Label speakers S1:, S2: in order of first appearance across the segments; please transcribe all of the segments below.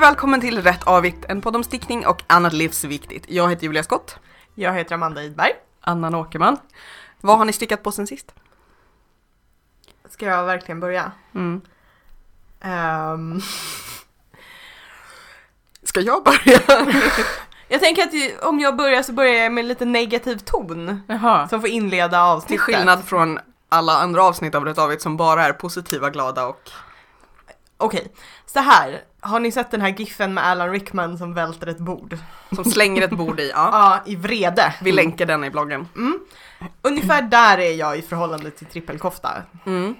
S1: välkommen till Rätt Avvikt, en podd om stickning och annat livsviktigt. Jag heter Julia Skott.
S2: Jag heter Amanda Idberg.
S1: Annan Åkerman. Vad har ni stickat på sen sist?
S2: Ska jag verkligen börja?
S1: Mm.
S2: Ehm,
S1: Ska jag börja?
S2: jag tänker att ju- om jag börjar så börjar jag med lite negativ ton.
S1: Jaha.
S2: Som får inleda avsnittet.
S1: Till skillnad från alla andra avsnitt av Rätt Avvikt som bara är positiva, glada och...
S2: Okej, så här. Har ni sett den här giffen med Alan Rickman som välter ett bord?
S1: Som slänger ett bord i, ja.
S2: Ja, i vrede. Mm.
S1: Vi länkar den i bloggen.
S2: Ungefär där är jag i förhållande till trippelkofta.
S1: Mm.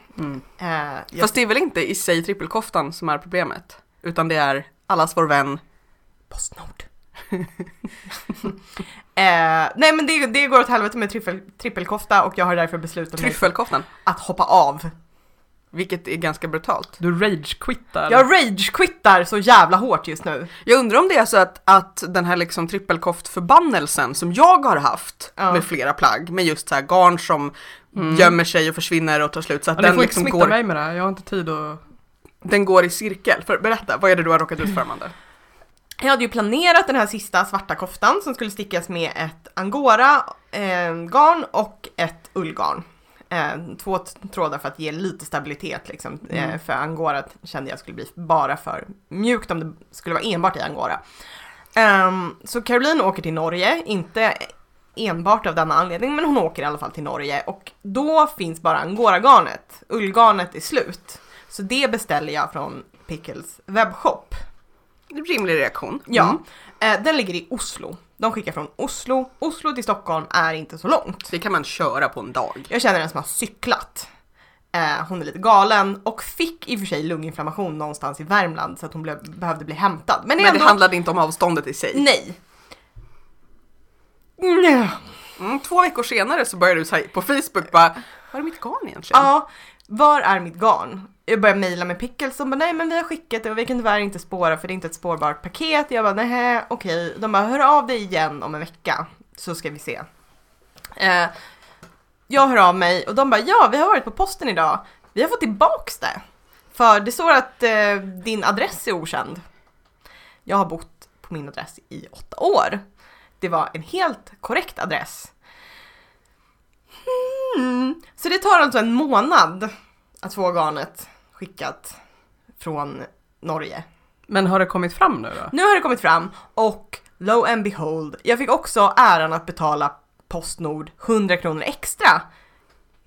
S2: Eh, jag,
S1: Fast det är väl inte i sig trippelkoftan som är problemet, utan det är allas vår vän.
S2: Postnord. eh, nej men det, det går åt helvete med trippel, trippelkofta och jag har därför beslutat mig
S1: Tryffelkoftan.
S2: att hoppa av.
S1: Vilket är ganska brutalt.
S3: Du ragequittar.
S2: Jag ragequittar så jävla hårt just nu.
S1: Jag undrar om det är så att, att den här liksom trippelkoftförbannelsen som jag har haft
S2: Ja.
S1: med flera plagg, med just så här garn som gömmer sig och försvinner och tar slut så att
S3: Mm. ja, ni
S1: den,
S3: får inte
S1: liksom
S3: smitta
S1: går,
S3: mig med det här. Jag har inte tid att...
S1: den går i cirkel. För, berätta, vad är det du har råkat ut för Amanda?
S2: Jag hade ju planerat den här sista svarta koftan som skulle stickas med ett angora-garn och ett ullgarn. Eh, två t- trådar för att ge lite stabilitet liksom. Eh, för angora kände jag skulle bli bara för mjukt om det skulle vara enbart i angora. Ehm, så Caroline åker till Norge, inte enbart av denna anledning, men hon åker i alla fall till Norge och då finns bara angoragarnet. Ullgarnet är slut. Så det beställer jag från Pickles webbshop.
S1: Rimlig reaktion.
S2: Ja,
S1: Mm.
S2: eh, den ligger i Oslo. De skickar från Oslo. Oslo till Stockholm är inte så långt.
S1: Det kan man köra på en dag.
S2: Jag känner en som har cyklat. Eh, hon är lite galen och fick i och för sig lunginflammation någonstans i Värmland så att hon blev, behövde bli hämtad. Men,
S1: Men det
S2: ändå,
S1: handlade inte om avståndet i
S3: Mm.
S1: sig.
S2: nej. Nja.
S1: Mm, två veckor senare så började du säga på Facebook bara, var är mitt garn egentligen?
S2: Ja, var är mitt garn? Jag började mejla med Pickles, de bara nej men vi har skickat det och vi kan tyvärr inte spåra för det är inte ett spårbart paket. Jag bara nej, okej. De bara hör av dig igen om en vecka så ska vi se. Eh, jag hör av mig och de bara ja, vi har varit på posten idag. Vi har fått tillbaks det. För det står att eh, din adress är okänd. Jag har bott på min adress i åtta år. Det var en helt korrekt adress. Mm. Så det tar alltså en månad att få garnet skickat från Norge.
S3: Men har det kommit fram nu då?
S2: Nu har det kommit fram och lo and behold, jag fick också äran att betala Postnord 100 kronor extra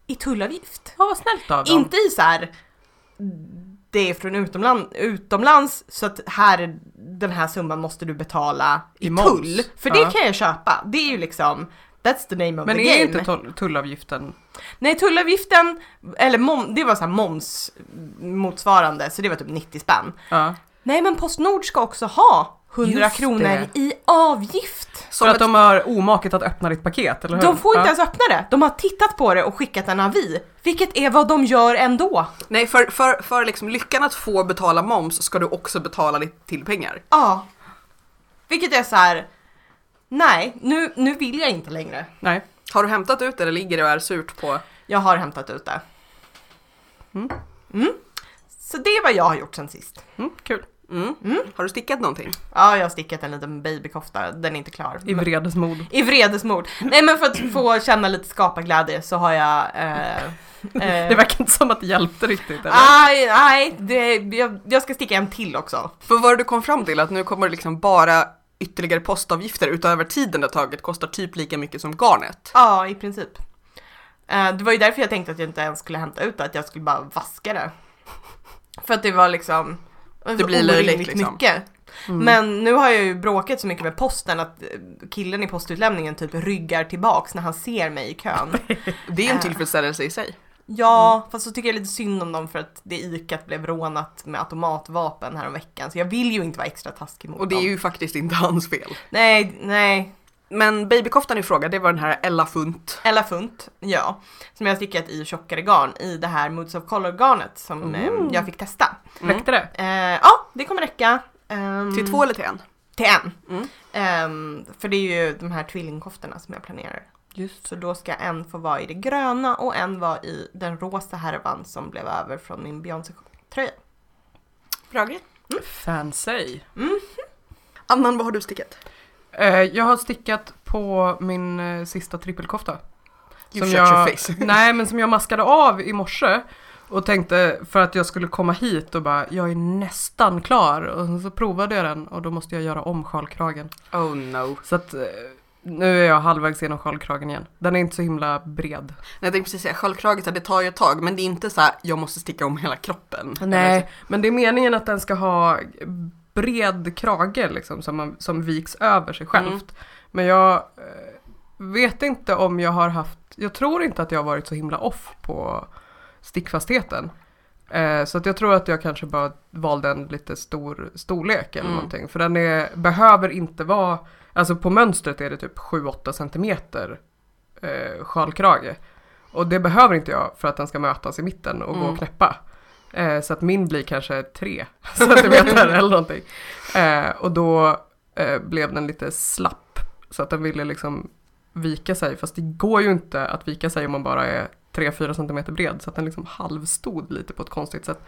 S2: i tullavgift.
S3: Ja, vad snällt av dem.
S2: Inte i så här det är från utomland, utomlands så att här, den här summan måste du betala i,
S3: I moms.
S2: tull. För
S3: Ja.
S2: det kan jag köpa. Det är ju liksom, that's the name of
S3: Men
S2: the
S3: är
S2: game.
S3: inte tull- tullavgiften...
S2: Nej, tullavgiften, eller mom, det var så här moms motsvarande, så det var typ 90 spänn.
S3: Ja.
S2: Nej, men Postnord ska också ha 100
S3: Just
S2: kronor
S3: det.
S2: i avgift.
S1: Som
S3: För att
S1: ett-
S3: de har omaket att öppna ditt paket, eller hur?
S2: De får inte
S3: ja.
S2: ens öppna det. De har tittat på det och skickat en avi, vilket är vad de gör ändå.
S1: Nej, för, för, för liksom lyckan att få betala moms ska du också betala ditt till pengar.
S2: Ja. Vilket är så här. nej, nu, nu vill jag inte längre.
S3: Nej.
S1: Har du hämtat ut det eller ligger det och är surt på?
S2: Jag har hämtat ut det.
S3: Mm.
S2: Mm. Så det är vad jag har gjort sen sist.
S3: Mm, kul.
S1: Mm.
S2: Mm.
S1: Har du stickat någonting?
S2: Ja, jag har stickat en liten babykofta, den är inte klar.
S3: I vredesmod.
S2: I vredesmod. Nej men för att få känna lite skaparglädje så har jag... Eh, eh,
S3: Det verkar inte som att det hjälpte riktigt. Eller?
S2: Aj, aj, det, jag, jag ska sticka en till också.
S1: För vad var det du kom fram till? Att nu kommer det liksom bara ytterligare postavgifter utöver tiden det har tagit kostar typ lika mycket som garnet.
S2: Ja, i princip. Eh, det var ju därför jag tänkte att jag inte ens skulle hämta ut det, att jag skulle bara vaska det. För att det var liksom...
S1: Det blir löjligt,
S2: orimligt
S1: liksom.
S2: Mycket. Men nu har jag ju bråkat så mycket med posten att eh, killen i postutlämningen typ ryggar tillbaks när han ser mig i kön.
S1: Det är en
S2: Äh.
S1: tillfredsställelse i sig.
S2: Ja,
S1: Mm.
S2: fast så tycker jag lite synd om dem för att det ikat blev rånat med automatvapen häromveckan. Så jag vill ju inte vara extra taskig mot
S1: Och det är
S2: dem.
S1: ju faktiskt inte hans fel.
S2: Nej, nej.
S1: Men babykoftan i fråga, det var den här Ella Funt.
S2: Ella Funt, ja. Som jag har stickat i tjockare garn i det här Moods of Color-garnet som eh, jag fick testa.
S1: Mm.
S3: Räckte det?
S2: Eh, ja, det kommer räcka. ehm,
S1: Till två eller till en?
S2: Till en.
S1: Mm.
S2: Ehm, för det är ju de här tvillingkoftorna som jag planerar.
S3: Just.
S2: Så då ska en få vara i det gröna och en vara i den rosa härvan som blev över från min Beyoncé-tröja.
S1: Bra grej.
S3: Mm. Fancy.
S1: Annan, vad har du stickat?
S3: Eh, jag har stickat på min eh, sista trippelkofta.
S1: You
S3: Som
S1: shut
S3: jag-
S1: your face.
S3: Nej, men som jag maskade av i morse och tänkte för att jag skulle komma hit och bara, jag är nästan klar. Och så provade jag den och då måste jag göra om sjalkragen.
S1: Oh no.
S3: Så att eh, nu är jag halvvägs genom sjalkragen igen. Den är inte så himla bred.
S1: Nej, jag tänkte precis säga, sköldkragen så här, det tar ju ett tag, men det är inte så här, jag måste sticka om hela kroppen. Eller så-
S3: Nej, men det är meningen att den ska ha bred krage liksom, som, man, som viks över sig självt.
S1: Mm.
S3: Men jag eh, vet inte om jag har haft, jag tror inte att jag har varit så himla off på stickfastheten. Eh, så att jag tror att jag kanske bara valde en lite stor storlek eller
S1: Mm.
S3: någonting. För den är, behöver inte vara, alltså på mönstret är det typ 7-8 centimeter eh, sjalkrage. Och det behöver inte jag för att den ska mötas i mitten och gå
S1: Mm.
S3: och knäppa. Eh, så att min blir kanske 3 centimeter eller någonting. Eh, och då eh, blev den lite slapp. Så att den ville liksom vika sig. Fast det går ju inte att vika sig om man bara är 3-4 centimeter bred. Så att den liksom halvstod lite på ett konstigt sätt.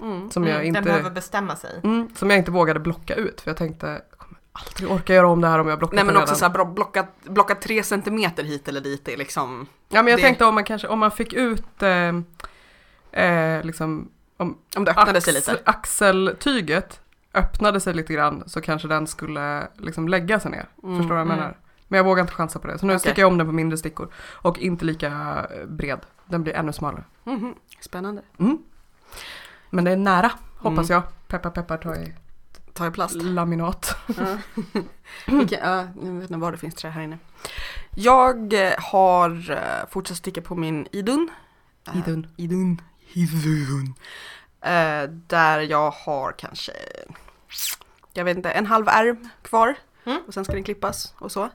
S1: Mm.
S3: Som jag,
S2: Mm, Den behöver
S3: inte,
S2: bestämma sig.
S3: mm, som jag inte vågade blocka ut. För jag tänkte, jag kommer aldrig orka göra om det här om jag blockat
S1: Nej men
S3: den
S1: också
S3: redan.
S1: såhär, bro- blocka, blocka tre centimeter hit eller dit är liksom...
S3: Ja men jag
S1: det-
S3: tänkte om man kanske, om man fick ut eh, eh, liksom
S1: Om det öppnade sig lite.
S3: axeltyget öppnade sig lite grann så kanske den skulle liksom lägga sig ner.
S1: Mm,
S3: Förstår du vad jag
S2: mm.
S3: menar? Men jag vågar inte chansa på det. Så nu
S1: Okej.
S3: sticker jag om den på mindre stickor. Och inte lika eh, bred. Den blir ännu smalare.
S1: Mhm. Spännande.
S3: Mm. Men det är nära, hoppas
S1: Mm.
S3: jag. Peppar peppar tar i
S1: Ta i plast.
S3: laminat.
S1: Ja.
S2: Mm.
S1: Vilka, ja, nu vet ni var det finns trä här inne. Jag eh, har eh, fortsatt sticka på min idun. Eh,
S3: Idun.
S1: Idun. Idun. Eh, där jag har kanske, jag vet inte, en halv ärm kvar.
S2: Mm.
S1: Och sen ska den klippas och så.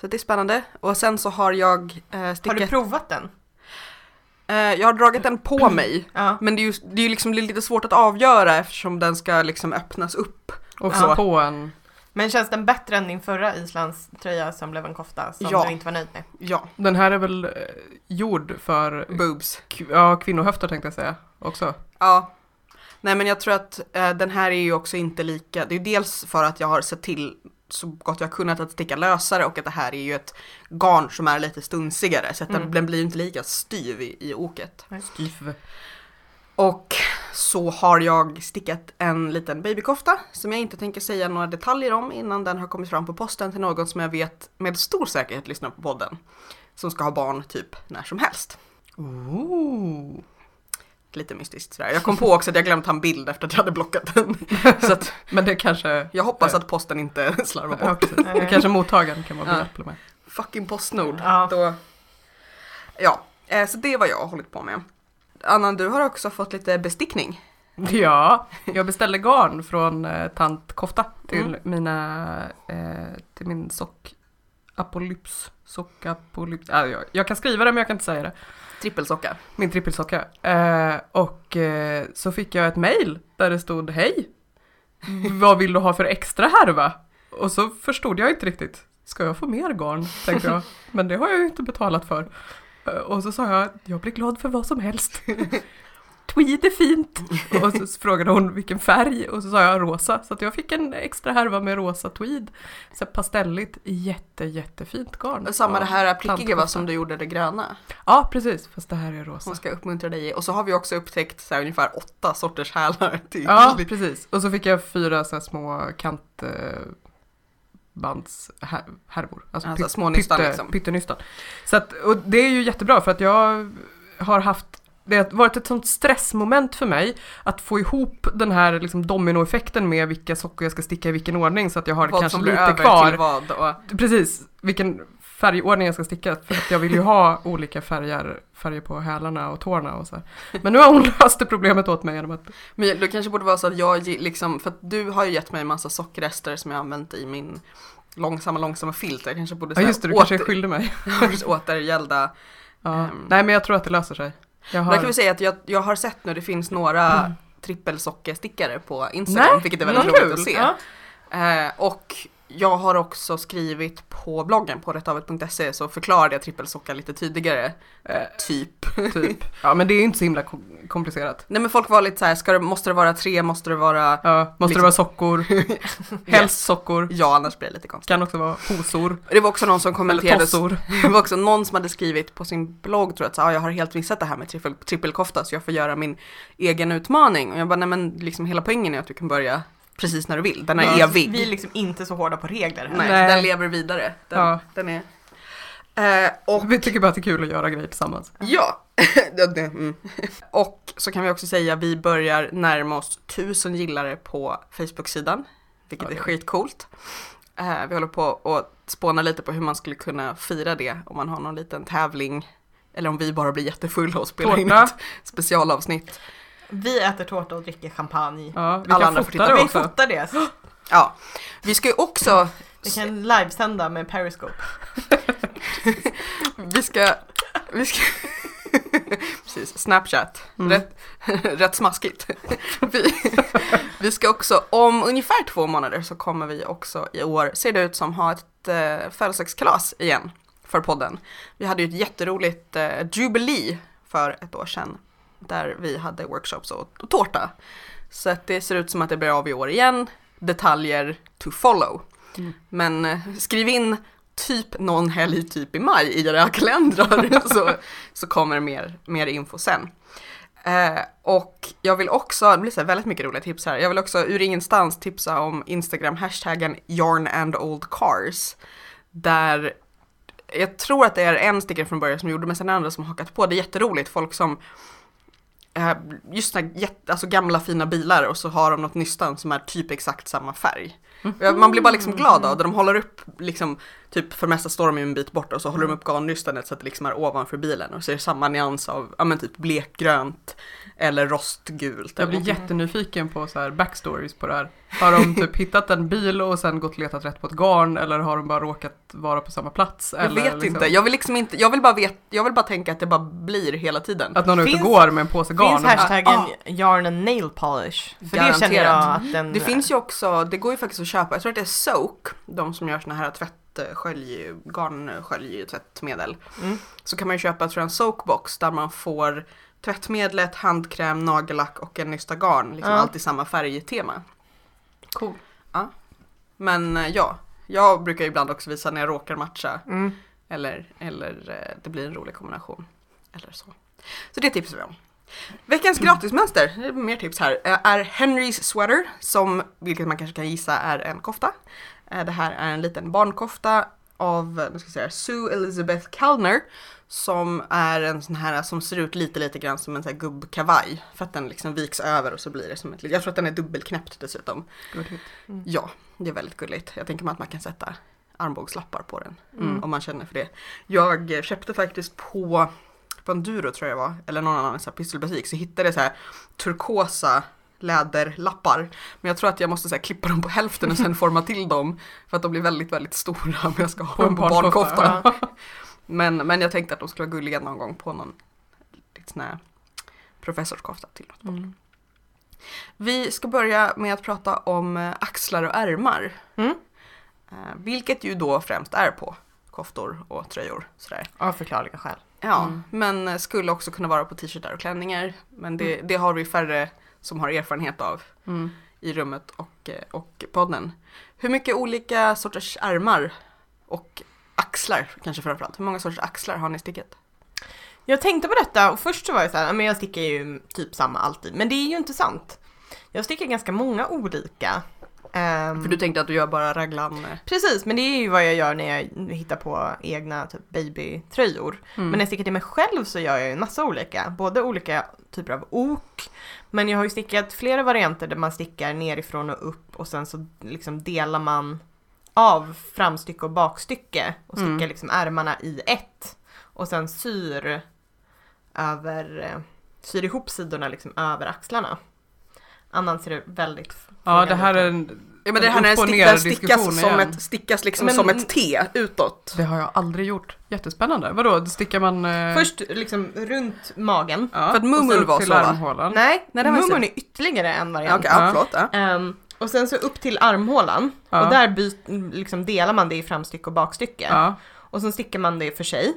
S1: Så det är spännande. Och sen så har jag eh,
S2: Har du
S1: stickat,
S2: provat den?
S1: eh, jag har dragit den på mig.
S2: Ja.
S1: Men det är ju det är ju liksom lite svårt att avgöra eftersom den ska liksom öppnas upp.
S3: Och
S2: Ja.
S3: så på en...
S2: Men känns den bättre än din förra Islands tröja som blev en kofta som
S1: Ja.
S2: du inte var nöjd med?
S1: Ja,
S3: Den här är väl eh, gjord för
S1: boobs.
S3: k- ja, kvinnohöfter tänkte jag säga också.
S1: Ja. Nej men jag tror att eh, den här är ju också inte lika, det är ju dels för att jag har sett till så gott jag kunnat att sticka lösare och att det här är ju ett garn som är lite stunsigare så att den,
S2: Mm.
S1: den blir ju inte lika styv i, i oket.
S3: Styv.
S1: Och så har jag stickat en liten babykofta som jag inte tänker säga några detaljer om innan den har kommit fram på posten till någon som jag vet med stor säkerhet lyssnar på podden. Som ska ha barn typ när som helst.
S3: Ooh.
S1: Lite mystiskt sådär. Jag kom på också att jag glömt ta en bild efter att jag hade blockat den. Så att
S3: Men det kanske...
S1: Jag hoppas att posten inte slarvar
S3: Ja,
S1: bort.
S3: precis. Det kanske mottagaren kan vara
S1: Ja.
S3: behjälplig med.
S1: Fucking Postnord.
S2: Ja.
S1: Då... ja, eh, så det är vad jag har hållit på med. Annan, du har också fått lite bestickning.
S3: Ja, jag beställde garn från eh, tant Kofta till
S1: Mm.
S3: mina, eh, till min sock, apolyps, sockapolyps, äh, jag, jag kan skriva det men jag kan inte säga det,
S1: Trippelsocka.
S3: min trippelsocka. Eh, och eh, så fick jag ett mail där det stod hej,
S1: Mm.
S3: vad vill du ha för extra härva? Och så förstod jag inte riktigt, ska jag få mer garn? Tänkte jag, men det har jag ju inte betalat för. Eh, Och så sa jag, jag blir glad för vad som helst. Tweed är fint. Och så frågade hon vilken färg och så sa jag rosa. Så att jag fick en extra härva med rosa tweed. Så här pastelligt, jätte jättefint garn.
S1: Samma det här prickiga va,
S3: tantkofta.
S1: som du gjorde det gröna.
S3: Ja precis, fast det här är rosa.
S1: Som ska uppmuntra dig i. Och så har vi också upptäckt så här, ungefär åtta sorters hälar. typ. till.
S3: Ja precis, och så fick jag fyra så här små kant... Eh, bands här, härvor. Alltså,
S1: Alltså
S3: pyt-
S1: små nystan,
S3: pytte-
S1: liksom.
S3: Pyttenystan. Så att, och det är ju jättebra för att jag har haft det har varit ett sånt stressmoment för mig att få ihop den här liksom dominoeffekten med vilka sockor jag ska sticka i vilken ordning så att jag har
S1: Vad
S3: kanske
S1: som blir
S3: lite
S1: över
S3: kvar.
S1: till vad. Och,
S3: Precis, vilken färgordning jag ska sticka för att jag vill ju ha olika färger, färger på hälarna och tårna och så här. Men nu har hon löst det problemet åt mig genom att
S1: men det kanske borde vara så att jag ge- liksom, för att du har ju gett mig en massa sockerrester som jag har använt i min långsamma, långsamma filt. Jag kanske borde
S3: Ja
S1: så här
S3: just det, du kanske är
S1: åter-
S3: skyldig mig.
S1: återgälda
S3: Ja.
S1: Ehm.
S3: Nej men jag tror att det löser sig. Jag
S1: Där kan vi
S3: har... Mm.
S1: säga att jag, jag har sett nu, det finns några trippelsockestickare på Instagram,
S3: Nej,
S1: vilket är väldigt
S3: vad
S1: roligt
S3: kul.
S1: att se.
S2: Ja.
S1: Eh, och Jag har också skrivit på bloggen på rättavet.se så förklarade jag trippelsockar lite tydligare.
S3: Eh,
S1: Typ.
S3: typ. Ja men det är ju inte så himla kom- komplicerat.
S1: Nej men folk var lite så här, ska det, måste det vara tre, måste det vara
S3: Ja, måste
S1: Liksom-
S3: det vara sockor? Helst sockor.
S1: ja, annars blir det lite konstigt.
S3: Kan också vara hosor.
S1: Det var också någon som
S3: Eller
S1: kommenterade,
S3: tossor.
S1: det var också någon som hade skrivit på sin blogg tror jag att så här, "Ah, jag har helt missat det här med trippel, trippelkofta så jag får göra min egen utmaning. Och jag bara, nej men liksom hela poängen är att du kan börja precis när du vill, den är
S3: Ja.
S1: evig.
S2: Vi är liksom inte så hårda på regler här.
S1: Nej,
S3: Nej.
S1: den lever vidare. Den,
S3: Ja.
S1: den är... Eh, och
S3: Vi tycker bara att det är kul att göra grejer tillsammans.
S1: ja, Det- det- mm. och så kan vi också säga vi börjar närma oss tusen gillare på Facebook-sidan, vilket
S3: Ja, det
S1: är
S3: är-
S1: skitcoolt. Eh, vi håller på och spånar lite på hur man skulle kunna fira det om man har någon liten tävling eller om vi bara blir jättefulla och spelar in
S3: Tårta.
S1: ett specialavsnitt.
S2: Vi äter tårta och dricker champagne.
S3: Ja, vi
S1: Alla andra
S3: kan
S1: får titta.
S3: fota det
S2: Vi
S3: också.
S2: fotar det.
S1: Ja, vi ska ju också
S2: Vi kan livesända med Periscope.
S1: Vi ska... Vi ska precis, Snapchat.
S3: Mm.
S1: Rätt, rätt smaskigt. Vi, vi ska också, om ungefär två månader så kommer vi också i år, ser det ut som, ha ett eh, födelsedagskalas igen för podden. Vi hade ju ett jätteroligt eh, jubilee för ett år sedan där vi hade workshops och, och tårta. Så att det ser ut som att det blir av i år igen. Detaljer to follow.
S3: Mm.
S1: Men eh, skriv in typ någon helg typ i maj i era kalendrar så, så kommer det mer, mer info sen. Eh, och jag vill också, det blir så här väldigt mycket roliga tips här, jag vill också ur ingenstans tipsa om Instagram-hashtaggen yarnandoldcars. Där jag tror att det är en stickare från början som gjorde men sen är det andra som har hakat på. Det är jätteroligt, folk som eh, Just såna här jätte, alltså gamla fina bilar och så har de något nystan som är typ exakt samma färg. Och jag- Man blir bara liksom glad av det. De håller upp liksom Typ för det mesta står de ju en bit bort och så håller de upp garnnystanet så att det liksom är ovanför bilen och så är det samma nyans av ja, men typ blekgrönt eller rostgult.
S3: Jag
S1: Eller
S3: blir
S1: någonting.
S3: jättenyfiken på så här backstories på det här. Har de typ hittat en bil och sen gått och letat rätt på ett garn eller har de bara råkat vara på samma plats?
S1: jag
S3: eller
S1: vet
S3: liksom
S1: inte, jag vill liksom inte, jag vill bara veta, jag vill bara tänka att det bara blir hela tiden.
S3: Att någon är ute och
S2: Finns-
S3: går med en påse garn.
S2: Finns
S3: och bara,
S2: hashtaggen
S1: Ah.
S2: yarn and nail polish? För det känner
S1: Garanterat.
S2: jag att den...
S1: Det finns ju också, det går ju faktiskt att köpa, jag tror att det är Soak, de som gör såna här tvättskölj, garnskölj, tvättmedel.
S2: Mm.
S1: Så kan man ju köpa, jag tror jag, en soakbox där man får tvättmedlet, handkräm, nagellack och en nysta garn. Liksom
S2: Ja.
S1: allt i samma färgtema.
S3: Cool.
S1: Ja. Men eh, ja, jag brukar ju ibland också visa när jag råkar matcha.
S2: Mm.
S1: Eller, eller eh, det blir en rolig kombination. Eller så. Så det tipsar vi om. Veckans gratismönster, det är mer tips här, eh, är Henrys sweater som, vilket man kanske kan gissa, är en kofta. Eh, Det här är en liten barnkofta av, eh, nu ska jag säga, Sue Elizabeth Kalner som är en sån här som ser ut lite, lite grann som en sån här gubbkavaj för att den liksom viks över och så blir det som ett, jag tror att den är dubbelknäppt dessutom.
S3: Good hit.
S1: Ja, det är väldigt gulligt. Jag tänker mig att man kan sätta armbågslappar på den
S3: Mm.
S1: om man känner för det. Jag eh, köpte faktiskt på Banduro tror jag det var, eller någon annan så här pistolbutik, så hittade jag så här turkosa läderlappar. Men jag tror att jag måste så här, klippa dem på hälften och sen forma till dem för att de blir väldigt, väldigt stora om jag ska ha
S3: På
S1: dem
S3: en
S1: på
S3: barnkofta.
S1: barnkoftan.
S3: Ja.
S1: Men, men jag tänkte att de skulle vara gulliga någon gång på någon lite sån här professorskofta till något barn.
S2: Mm.
S1: Vi ska börja med att prata om eh, axlar och ärmar.
S2: Mm.
S1: Eh, Vilket ju då främst är på koftor och tröjor. Sådär.
S2: Av förklarliga skäl.
S1: Ja,
S3: Mm.
S1: men eh, skulle också kunna vara på t-shirtar och klänningar. Men det, det har vi färre som har erfarenhet av
S3: Mm.
S1: i rummet och, eh, och podden. Hur mycket olika sorters ärmar och axlar kanske framförallt. Hur många sorters axlar har ni stickat?
S2: Jag tänkte på detta och först så var jag så här, "Ja, men jag stickar ju typ samma alltid. Men det är ju inte sant. Jag stickar ganska många olika. Ehm,
S1: För du tänkte att du gör bara raglan. eh,
S2: Precis, men det är ju vad jag gör när jag hittar på egna typ, babytröjor. Men
S3: Mm.
S2: när jag stickar till mig själv så gör jag ju en massa olika. Både olika typer av ok, men jag har ju stickat flera varianter där man stickar nerifrån och upp och sen så liksom delar man av framstycke och bakstycke och stickar
S3: Mm.
S2: liksom ärmarna i ett. Och sen syr över, eh, syr ihop sidorna liksom över axlarna. Annars ser det väldigt
S3: ja, det här är
S2: frågande ut.
S3: en...
S1: Ja men det här när
S3: Upp och
S1: stickar,
S3: ner diskussion
S1: stickas, som
S3: igen.
S1: ett, stickas liksom
S2: Men-
S1: som ett T utåt.
S3: Det har jag aldrig gjort. Jättespännande. Vadå, stickar man... eh,
S2: Först liksom runt magen
S3: ja,
S1: för att
S3: och sen
S1: Mumul
S3: upp
S1: var
S3: till
S1: så, va?
S3: armhålan.
S2: Nej,
S1: Nej, det var
S2: mumun
S1: synd.
S2: är ytterligare en
S1: Ja,
S2: variant.
S1: Okej, ja,
S3: Ja.
S1: förlåt. Ja.
S2: Ehm, Och sen så upp till armhålan
S3: Ja.
S2: och där byt, liksom delar man det i framstycke och bakstycke.
S3: Ja.
S2: Och sen stickar man det för sig.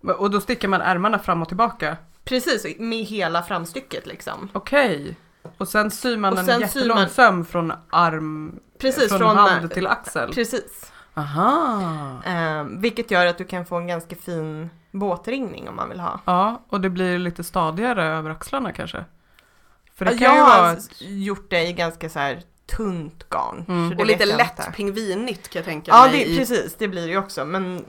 S3: Men- Och då sticker man ärmarna fram och tillbaka.
S2: Precis, med hela framstycket liksom.
S3: Okej. Och sen syr man
S2: Och
S3: en
S2: sen syr
S3: jättelång
S2: man-
S3: söm från arm,
S2: Precis,
S3: från,
S2: från- eh,
S3: hand till axel.
S2: Precis.
S3: Aha.
S2: Eh, vilket gör att du kan få en ganska fin båtringning om man vill ha.
S3: Ja, och det blir lite stadigare över axlarna kanske. För det
S2: jag
S3: kan ju vara...
S2: har gjort det i ganska så här tunt garn.
S3: Mm.
S2: så det
S1: Och lite
S2: vet jag
S1: lätt
S2: inte.
S1: pingvinigt kan jag tänka
S2: Ja,
S1: mig.
S2: det,
S1: i-
S2: precis. Det blir det ju också. Men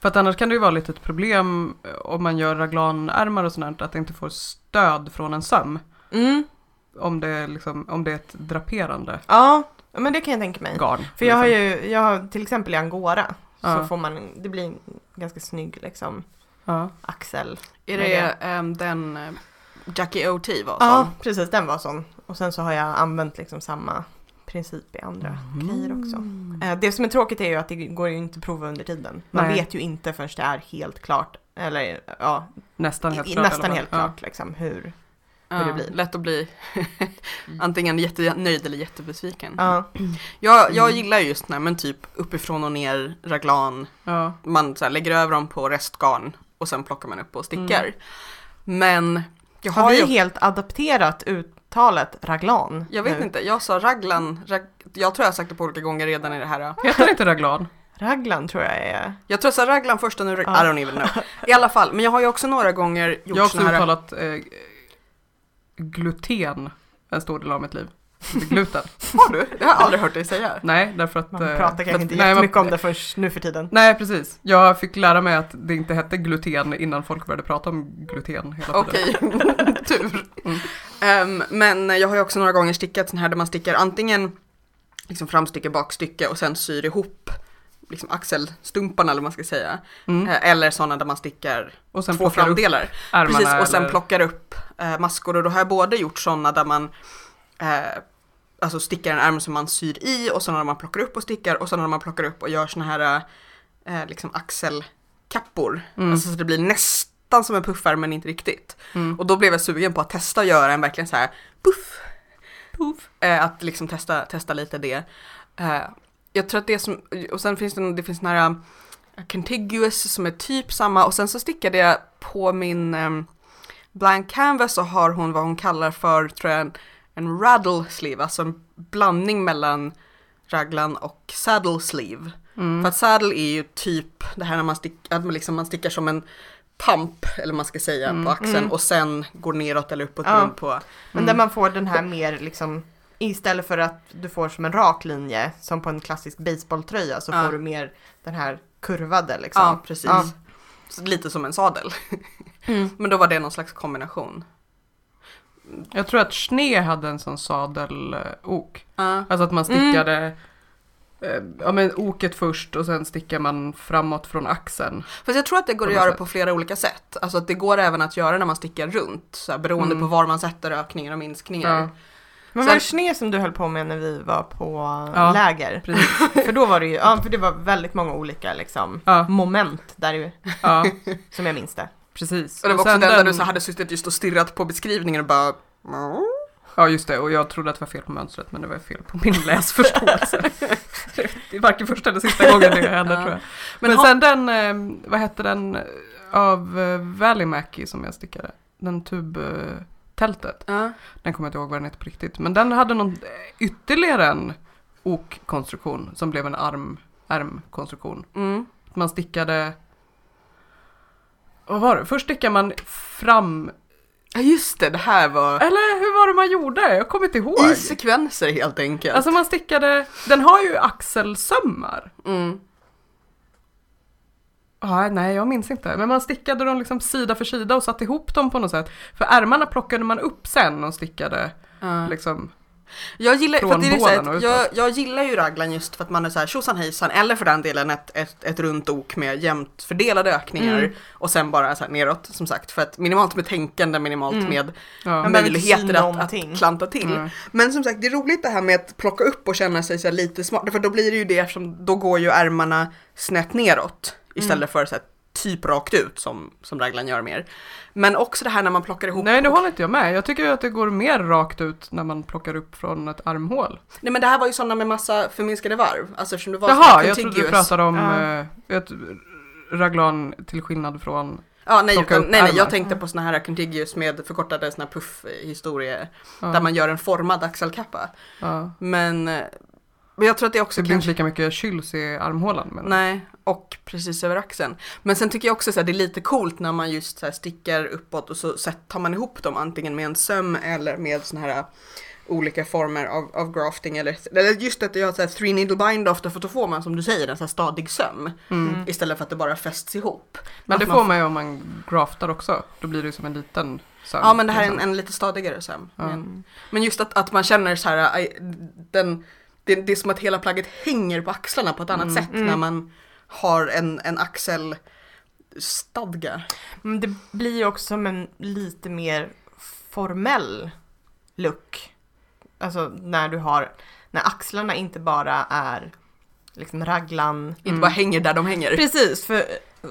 S3: För att annars kan det ju vara lite ett problem eh, om man gör raglanärmar och sånt där, att det inte får stöd från en söm.
S2: mm,
S3: Om det, är liksom, om det är ett draperande
S2: ja, men det kan jag tänka mig.
S3: garn.
S2: För jag har
S3: liksom.
S2: ju, jag har, till exempel i angora
S3: Ja.
S2: så får man, en- det blir en ganska snygg liksom
S3: Ja.
S2: axel.
S1: Är
S2: med
S1: det ehm, den eh, Jackie O.T. var
S2: Ja,
S1: som?
S2: precis den var sån. Och sen så har jag använt liksom samma princip i andra grejer också. Mm.
S3: Mm.
S2: Eh, Det som är tråkigt är ju att det går ju inte att prova under tiden. Man
S3: Nej.
S2: vet ju inte förrän det är helt klart, eller ja,
S3: Nästan helt
S2: i-
S3: klart. i alla
S2: nästan
S3: fall.
S2: helt
S3: Ja.
S2: klart liksom hur.
S1: Ja,
S2: det blir.
S1: Lätt att bli antingen jättenöjd eller jättebesviken.
S2: Ja,
S1: Jag, jag gillar just när men typ uppifrån och ner raglan,
S3: Ja.
S1: man så här, lägger över dem på restgarn och sen plockar man upp och stickar. Men jag har,
S2: har vi
S1: ju,
S2: helt adapterat uttalet raglan?
S1: jag vet
S2: nu?
S1: inte, jag sa raglan, rag, jag tror jag har sagt det på olika gånger redan i det här.
S3: Heter det inte raglan?
S2: Raglan tror jag är.
S1: Jag tror jag sa raglan först och nu rag,
S2: Ja.
S1: I don't even know. I alla fall, men jag har ju också några gånger
S3: Jag har
S1: gjort
S3: också
S1: såna här
S3: uttalat eh, gluten en stor del av mitt liv. Gluten.
S1: Har du? Det har jag aldrig hört dig säga.
S3: nej, därför att...
S2: Man
S3: eh,
S2: pratar
S3: för att-
S2: kanske inte
S3: nej, man-
S2: jättemycket om det först nu för tiden.
S3: Nej, precis. Jag fick lära mig att det inte hette gluten innan folk började prata om gluten hela tiden.
S1: Okej, tur. Ehm, men jag har ju också några gånger stickat sån här där man stickar antingen liksom framstycke, bakstycke och sen syr ihop liksom axelstumparna eller vad man ska säga.
S2: Äh,
S3: Mm.
S1: Eh, Eller sådana där man stickar
S3: Och sen
S1: två
S3: plockar upp
S1: framdelar.
S3: ärmarna.
S1: Precis, och sen
S3: eller-
S1: plockar upp eh, maskor. Och då har jag både gjort sådana där man eh, alltså stickar en ärm som man syr i och sådana där man plockar upp och stickar och sådana där man plockar upp och gör såna här eh, liksom axelkappor.
S3: Mm.
S1: Alltså så det blir nästan som en puffärm men inte riktigt.
S3: Mm.
S1: Och då blev jag sugen på att testa att göra en verkligen så här puff.
S3: Puff.
S1: Eh, att liksom testa, testa lite det. Eh, jag tror att det som, och sen finns det, en- det finns några contiguous som är typ samma och sen så stickade jag på min um, blank canvas så har hon vad hon kallar för tror jag en, en raddle sleeve, alltså en blandning mellan raglan och saddle sleeve.
S3: Mm.
S1: För att saddle är ju typ det här när man, stick, att man, liksom, man stickar som en pump eller vad man ska säga
S3: Mm.
S1: på axeln
S2: Mm.
S1: och sen går neråt eller uppåt
S2: Ja.
S1: runt på.
S2: Men där man får den här mer liksom Istället för att du får som en rak linje som på en klassisk baseballtröja så
S1: Ja.
S2: får du mer den här kurvade liksom.
S1: Ja, precis.
S2: Ja.
S1: Så Lite som en sadel.
S2: Mm.
S1: Men då var det någon slags kombination.
S3: Jag tror att Schnee hade en sån eh, sadelok.
S1: Ja.
S3: Alltså att man stickade eh, ja, men oket först och sen stickar man framåt från axeln.
S1: Fast jag tror att det går
S3: På
S1: att
S3: något
S1: göra
S3: sätt.
S1: på flera olika sätt. Alltså att det går även att göra när man stickar runt, så här, beroende
S3: Mm.
S1: på var man sätter ökningar och minskningar.
S3: Ja.
S2: Men
S1: Sen-
S2: var det sne som du höll på med när vi var på
S3: Ja,
S2: läger?
S3: precis.
S2: för då var det ju, ja för det var väldigt många olika liksom
S3: Ja,
S2: moment där ju,
S3: ja
S2: som jag minns det.
S3: precis.
S1: Och det var
S3: Och
S1: också
S3: sen
S1: den, där du så hade suttit just och stirrat på beskrivningen och bara "Mm."
S3: Ja, just det. Och jag trodde att det var fel på mönstret, men det var fel på min läsförståelse. det är varken första eller sista gången det händer,
S1: Ja.
S3: tror jag.
S1: Men
S3: Men,
S1: har-
S3: sen den, eh, vad hette den, eh, av eh, Välimäki som jag stickade, den tubtältet. Den kommer jag inte ihåg vad den heter på riktigt. Men den hade någon, eh, ytterligare en ok-konstruktion som blev en arm, ärmkonstruktion.
S1: Mm.
S3: Man stickade, vad var det? Först stickade man fram,
S1: Ja just det, det här var
S3: eller hur var det man gjorde? Jag kommer inte ihåg.
S1: i sekvenser helt enkelt.
S3: Alltså man stickade, den har ju axelsömmar.
S1: mm.
S3: Ja, nej, jag minns inte. Men man stickade dem liksom sida för sida och satte ihop dem på något sätt. För ärmarna plockade man upp sen och stickade
S1: Ja.
S3: liksom.
S1: Jag gillar, för
S3: Från
S1: att det är så här,
S3: bålen och
S1: att
S3: utåt.
S1: jag, jag gillar ju raglan just för att man är så här tjosan hejsan eller för den delen ett, ett, ett runt ok med jämnt fördelade ökningar
S2: Mm.
S1: och sen bara så här neråt som sagt för att minimalt med tänkande, minimalt
S2: Mm.
S1: med
S3: Ja.
S2: Men- behöver inte sy
S1: möjligheter att,
S2: någonting.
S1: att klanta till.
S3: Mm.
S1: Men som sagt, det är roligt det här med att plocka upp och känna sig så här
S3: Mm.
S1: lite smart. För då blir det ju det eftersom då går ju ärmarna snett neråt istället för så här typ rakt ut som, som raglan gör mer. Men också det här när man plockar ihop.
S3: Nej, det håller inte jag med. Jag tycker ju att det går mer rakt ut när man plockar upp från ett armhål.
S1: Nej men det här var ju sådana med massa förminskade varv. Alltså eftersom det var
S3: Jaha,
S1: så
S3: jag trodde du
S1: contiguous.
S3: pratade om
S2: Ja.
S3: eh, ett raglan till skillnad från...
S1: Ja, nej,
S3: plocka
S1: utan,
S3: upp
S1: nej, nej, jag
S3: armar.
S1: tänkte på såna här contiguous med förkortade såna här puffhistorier.
S3: Ja,
S1: Där man gör en formad axelkappa.
S3: ja.
S1: Men, eh, men jag tror att det
S3: Så
S1: också
S3: det blir
S1: kanske
S3: inte lika mycket kyls i armhålan menar du?
S1: Nej, och precis över axeln. Men sen tycker jag också att det är lite coolt när man just så här stickar uppåt och så sätt- tar man ihop dem antingen med en söm eller med såna här äh, olika former av, av grafting. Eller, eller just att jag har så här three needle bind ofta för då får man som du säger en så här stadig söm
S3: Mm.
S2: Mm.
S1: istället för att det bara fästs ihop.
S3: Men
S1: Att
S3: det
S1: man-
S3: får man ju om man graftar också. Då blir det ju som en liten söm.
S1: Ja men det här är en,
S3: liksom.
S1: en lite stadigare söm.
S3: Ja.
S1: Men, men just att, att man känner så här, aj, den, det, det är som att hela plagget hänger på axlarna på ett annat
S3: Mm.
S1: sätt när
S2: Mm.
S1: man har en, en axelstadga.
S2: Men det blir ju också som en lite mer formell look. Alltså när du har, när axlarna inte bara är liksom raglan.
S1: Inte
S3: Mm.
S1: bara hänger där de hänger.
S2: Precis, för eh,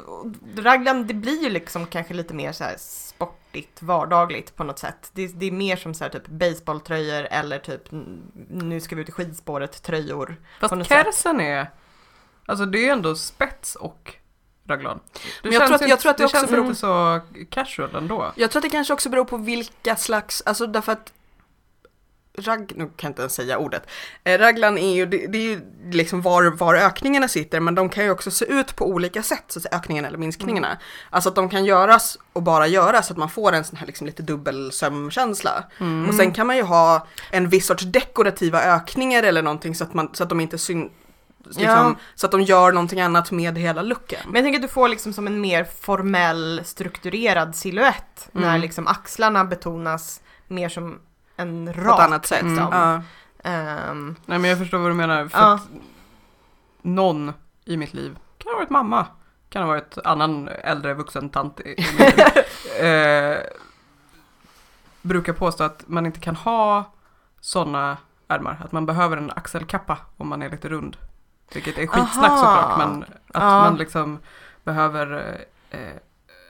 S2: raglan det blir ju liksom kanske lite mer så här sportigt vardagligt på något sätt. Det, det är mer som så här typ baseballtröjor eller typ n- nu ska vi ut i skidspåret tröjor. på något
S3: Fast kersen är... Alltså det är ju ändå spets och raglan. Det
S1: Men jag tror att- jag tror att det också
S3: känns
S1: beror-
S3: inte så casual ändå.
S1: Jag tror att det kanske också beror på vilka slags, alltså därför att Rag, nu kan jag inte ens säga ordet. Eh, raglan är ju, det, det är ju liksom var, var ökningarna sitter men de kan ju också se ut på olika sätt, så att säga, ökningarna eller minskningarna.
S3: Mm.
S1: Alltså att de kan göras och bara göras så att man får en sån här liksom lite dubbel sömkänsla. Och sen kan man ju ha en viss sorts dekorativa ökningar eller någonting så att, man, så att de inte syn, liksom,
S2: Ja.
S1: så att de gör någonting annat med hela looken.
S2: Men jag tänker att du får liksom som en mer formell strukturerad silhuett
S1: Mm.
S2: när liksom axlarna betonas mer som en
S1: på ett
S2: rak. liksom.
S1: annat sätt.
S3: Mm.
S1: Ja.
S2: Ehm,
S3: Nej men jag förstår vad du menar. För
S2: Ja.
S3: att någon i mitt liv, kan ha varit mamma, kan ha varit annan äldre vuxen tant i, i mitt liv, eh, brukar påstå att man inte kan ha sådana ärmar. Att man behöver en axelkappa om man är lite rund. Vilket är skitsnack
S2: Aha.
S3: såklart men att
S2: Ja.
S3: man liksom behöver, eh,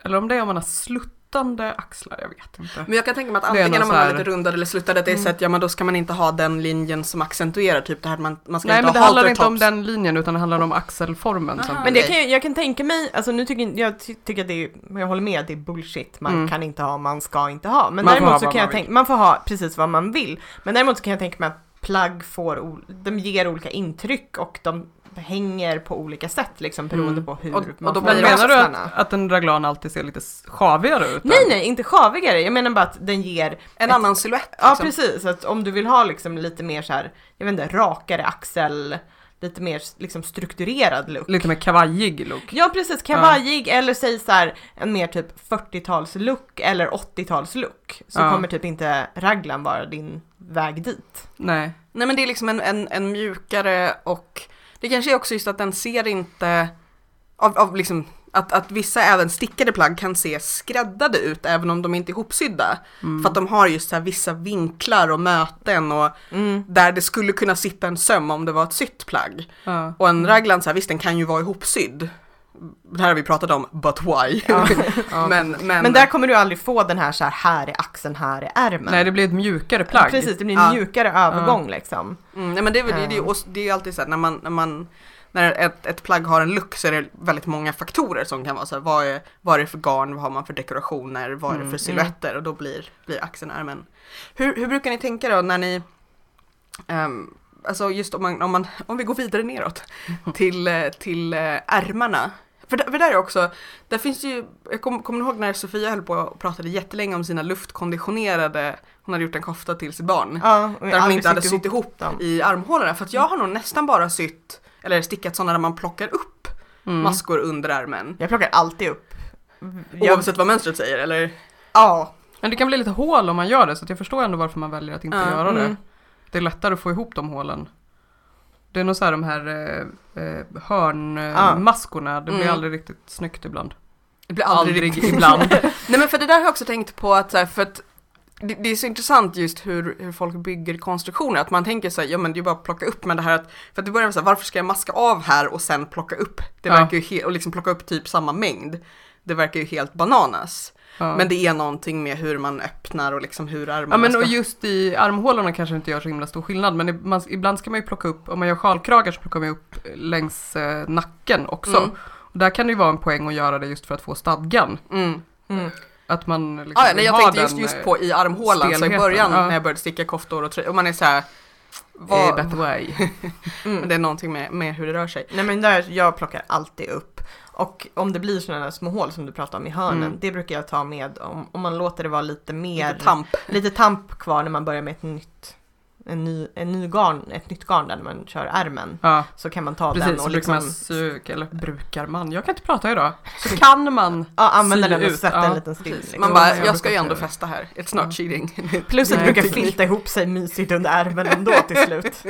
S3: eller om det är om man har sluttande axlar, jag vet inte.
S1: Men jag kan tänka mig att
S3: Det är
S1: antingen
S3: någon
S1: om man har
S3: så här-
S1: lite rundade eller slutade att det är
S2: Mm.
S1: så att ja men då ska man inte ha den linjen som accentuerar typ det här man, man ska
S3: Nej
S1: inte
S3: men det
S1: ha
S3: handlar
S1: halter
S3: inte om
S1: tops.
S3: den linjen utan det handlar om axelformen. som
S1: Aha.
S2: men
S3: blir-
S2: det kan jag, jag kan tänka mig, alltså nu tycker jag, jag ty- tycker att det är, men jag håller med att det är bullshit, man
S3: Mm.
S2: kan inte ha, man ska inte ha. Men
S3: Man får ha
S2: däremot så
S3: vad
S2: kan jag
S3: man vill.
S2: tänka, man får ha precis vad man vill. Men däremot så kan jag tänka mig att plagg får, ol- de ger olika intryck och de hänger på olika sätt liksom beroende
S3: Mm.
S2: på hur
S3: Och,
S2: man
S3: och då
S2: får
S3: menar du
S2: axlarna.
S3: att, att en raglan alltid ser lite s- sjavigare ut?
S2: Nej nej, inte sjavigare, jag menar bara att den ger
S1: En
S2: Ett-
S1: annan silhuett
S2: Ja
S1: liksom.
S2: precis, att om du vill ha liksom lite mer så här, jag vet inte, rakare axel, lite mer liksom strukturerad look.
S3: Lite mer kavajig look.
S2: Ja precis, kavajig eller säg så här en mer typ 40-tals look eller 80-tals look. Så
S3: Ja.
S2: kommer typ inte raglan vara din väg dit.
S3: Nej.
S1: Nej men det är liksom en, en, en mjukare och det kanske är också just att den ser inte av, av liksom att, att vissa även stickade plagg kan se skräddade ut även om de inte är ihopsydda.
S3: Mm.
S1: För att de har just så här vissa vinklar och möten och där det skulle kunna sitta en söm om det var ett sytt plagg.
S3: Ja.
S1: Och en raglan, så här, visst den kan ju vara ihopsydd. Det här har vi pratat om, but why?
S3: Ja.
S1: men, men,
S2: Men där kommer du aldrig få den här så här, här är axeln, här är ärmen.
S3: Nej, det blir ett mjukare plagg.
S2: Precis, det blir en
S1: Ja.
S2: mjukare övergång liksom.
S1: mm, nej, men det, är väl- det, är
S3: Eh.
S1: ju- och det är ju alltid så här, när man, när man när ett, ett plagg har en look så är det väldigt många faktorer som kan vara så här, vad är, vad är det för garn, vad har man för dekorationer, vad är det för
S3: Mm.
S1: silhuetter och då blir, blir axeln ärmen. Hur, hur brukar ni tänka då när ni, ehm, alltså just om, man, om, man, om vi går vidare neråt till, eh, till eh, ärmarna. För, där- för där är också, där finns det ju, jag kom- kommer ihåg när Sofia höll på och pratade jättelänge om sina luftkonditionerade, hon hade gjort en kofta till sitt barn.
S2: Ja, och
S1: Där hon
S2: aldrig
S1: inte hade
S2: sitter
S1: sytt ihop
S2: dem.
S1: i armhålorna. För att jag har nog nästan bara sytt, eller stickat sådana där man plockar upp
S3: Mm.
S1: maskor under armen.
S2: Jag plockar alltid upp. Jag,
S1: Oavsett vad mönstret säger eller?
S2: ja,
S3: Men det kan bli lite hål om man gör det, så att jag förstår ändå varför man väljer att inte
S1: Ja,
S3: göra
S2: mm.
S3: det. Det är lättare att få ihop de hålen. Det är nog så här de här eh, eh,
S2: Ja.
S3: hörnmaskorna, det blir
S1: Mm.
S3: aldrig riktigt snyggt ibland.
S1: Det blir
S3: Aldrig ibland.
S1: Nej men för det där har jag också tänkt på att så här, för att det, det är så intressant just hur, hur folk bygger konstruktioner, att man tänker så här, ja men det är ju bara att plocka upp, men det här att, för att det börjar med så här, varför ska jag maska av här och sen plocka upp? Det
S3: Ja.
S1: verkar ju helt, och liksom plocka upp typ samma mängd. Det verkar ju helt bananas.
S3: Ja.
S1: Men det är någonting med hur man öppnar och liksom hur armarna
S3: Ja men
S1: ska...
S3: och just i armhålorna kanske det inte gör så himla stor skillnad men i- man, ibland ska man ju plocka upp, om man gör sjalkragar så plockar man ju upp längs eh, nacken också.
S1: Mm.
S3: Och där kan det ju vara en poäng att göra det just för att få stadgan.
S1: Mm.
S2: Mm.
S3: Att man liksom
S1: Ah, ja, nej, jag
S3: har
S1: tänkte
S3: den,
S1: just, just
S3: eh,
S1: på i armhålan, så i
S3: stelheten,
S1: början
S3: ja.
S1: när jag började sticka koftor och tröjor, och man är så här,
S3: eh,
S1: vad,
S3: better way.
S2: Mm.
S1: det är någonting med, med hur det rör sig.
S2: Nej men där, jag plockar alltid upp. Och om det blir sådana där små hål som du pratade om i hörnen,
S1: Mm.
S2: det brukar jag ta med om, om man låter det vara lite mer,
S1: Lite tamp.
S2: lite tamp kvar när man börjar med ett nytt, en ny, en ny garn, ett nytt garn där när man kör ärmen.
S3: Ja,
S2: Så kan man ta den
S3: precis.
S2: och
S3: Så
S2: liksom
S3: brukar man suga, eller brukar man, jag kan inte prata idag. Så kan man.
S2: ja, använda
S3: sy
S2: den och
S3: ut,
S2: sätta
S3: ja,
S2: en liten string.
S3: precis.
S2: Liksom.
S1: Man
S3: Ja,
S1: bara,
S3: jag
S1: jag ska ju
S3: brukar
S1: ändå
S3: göra det.
S1: festa här, it's not
S3: Ja.
S1: cheating.
S2: Plus att det
S3: Nej,
S2: brukar
S3: precis.
S2: filta ihop sig mysigt under ärmen ändå till slut.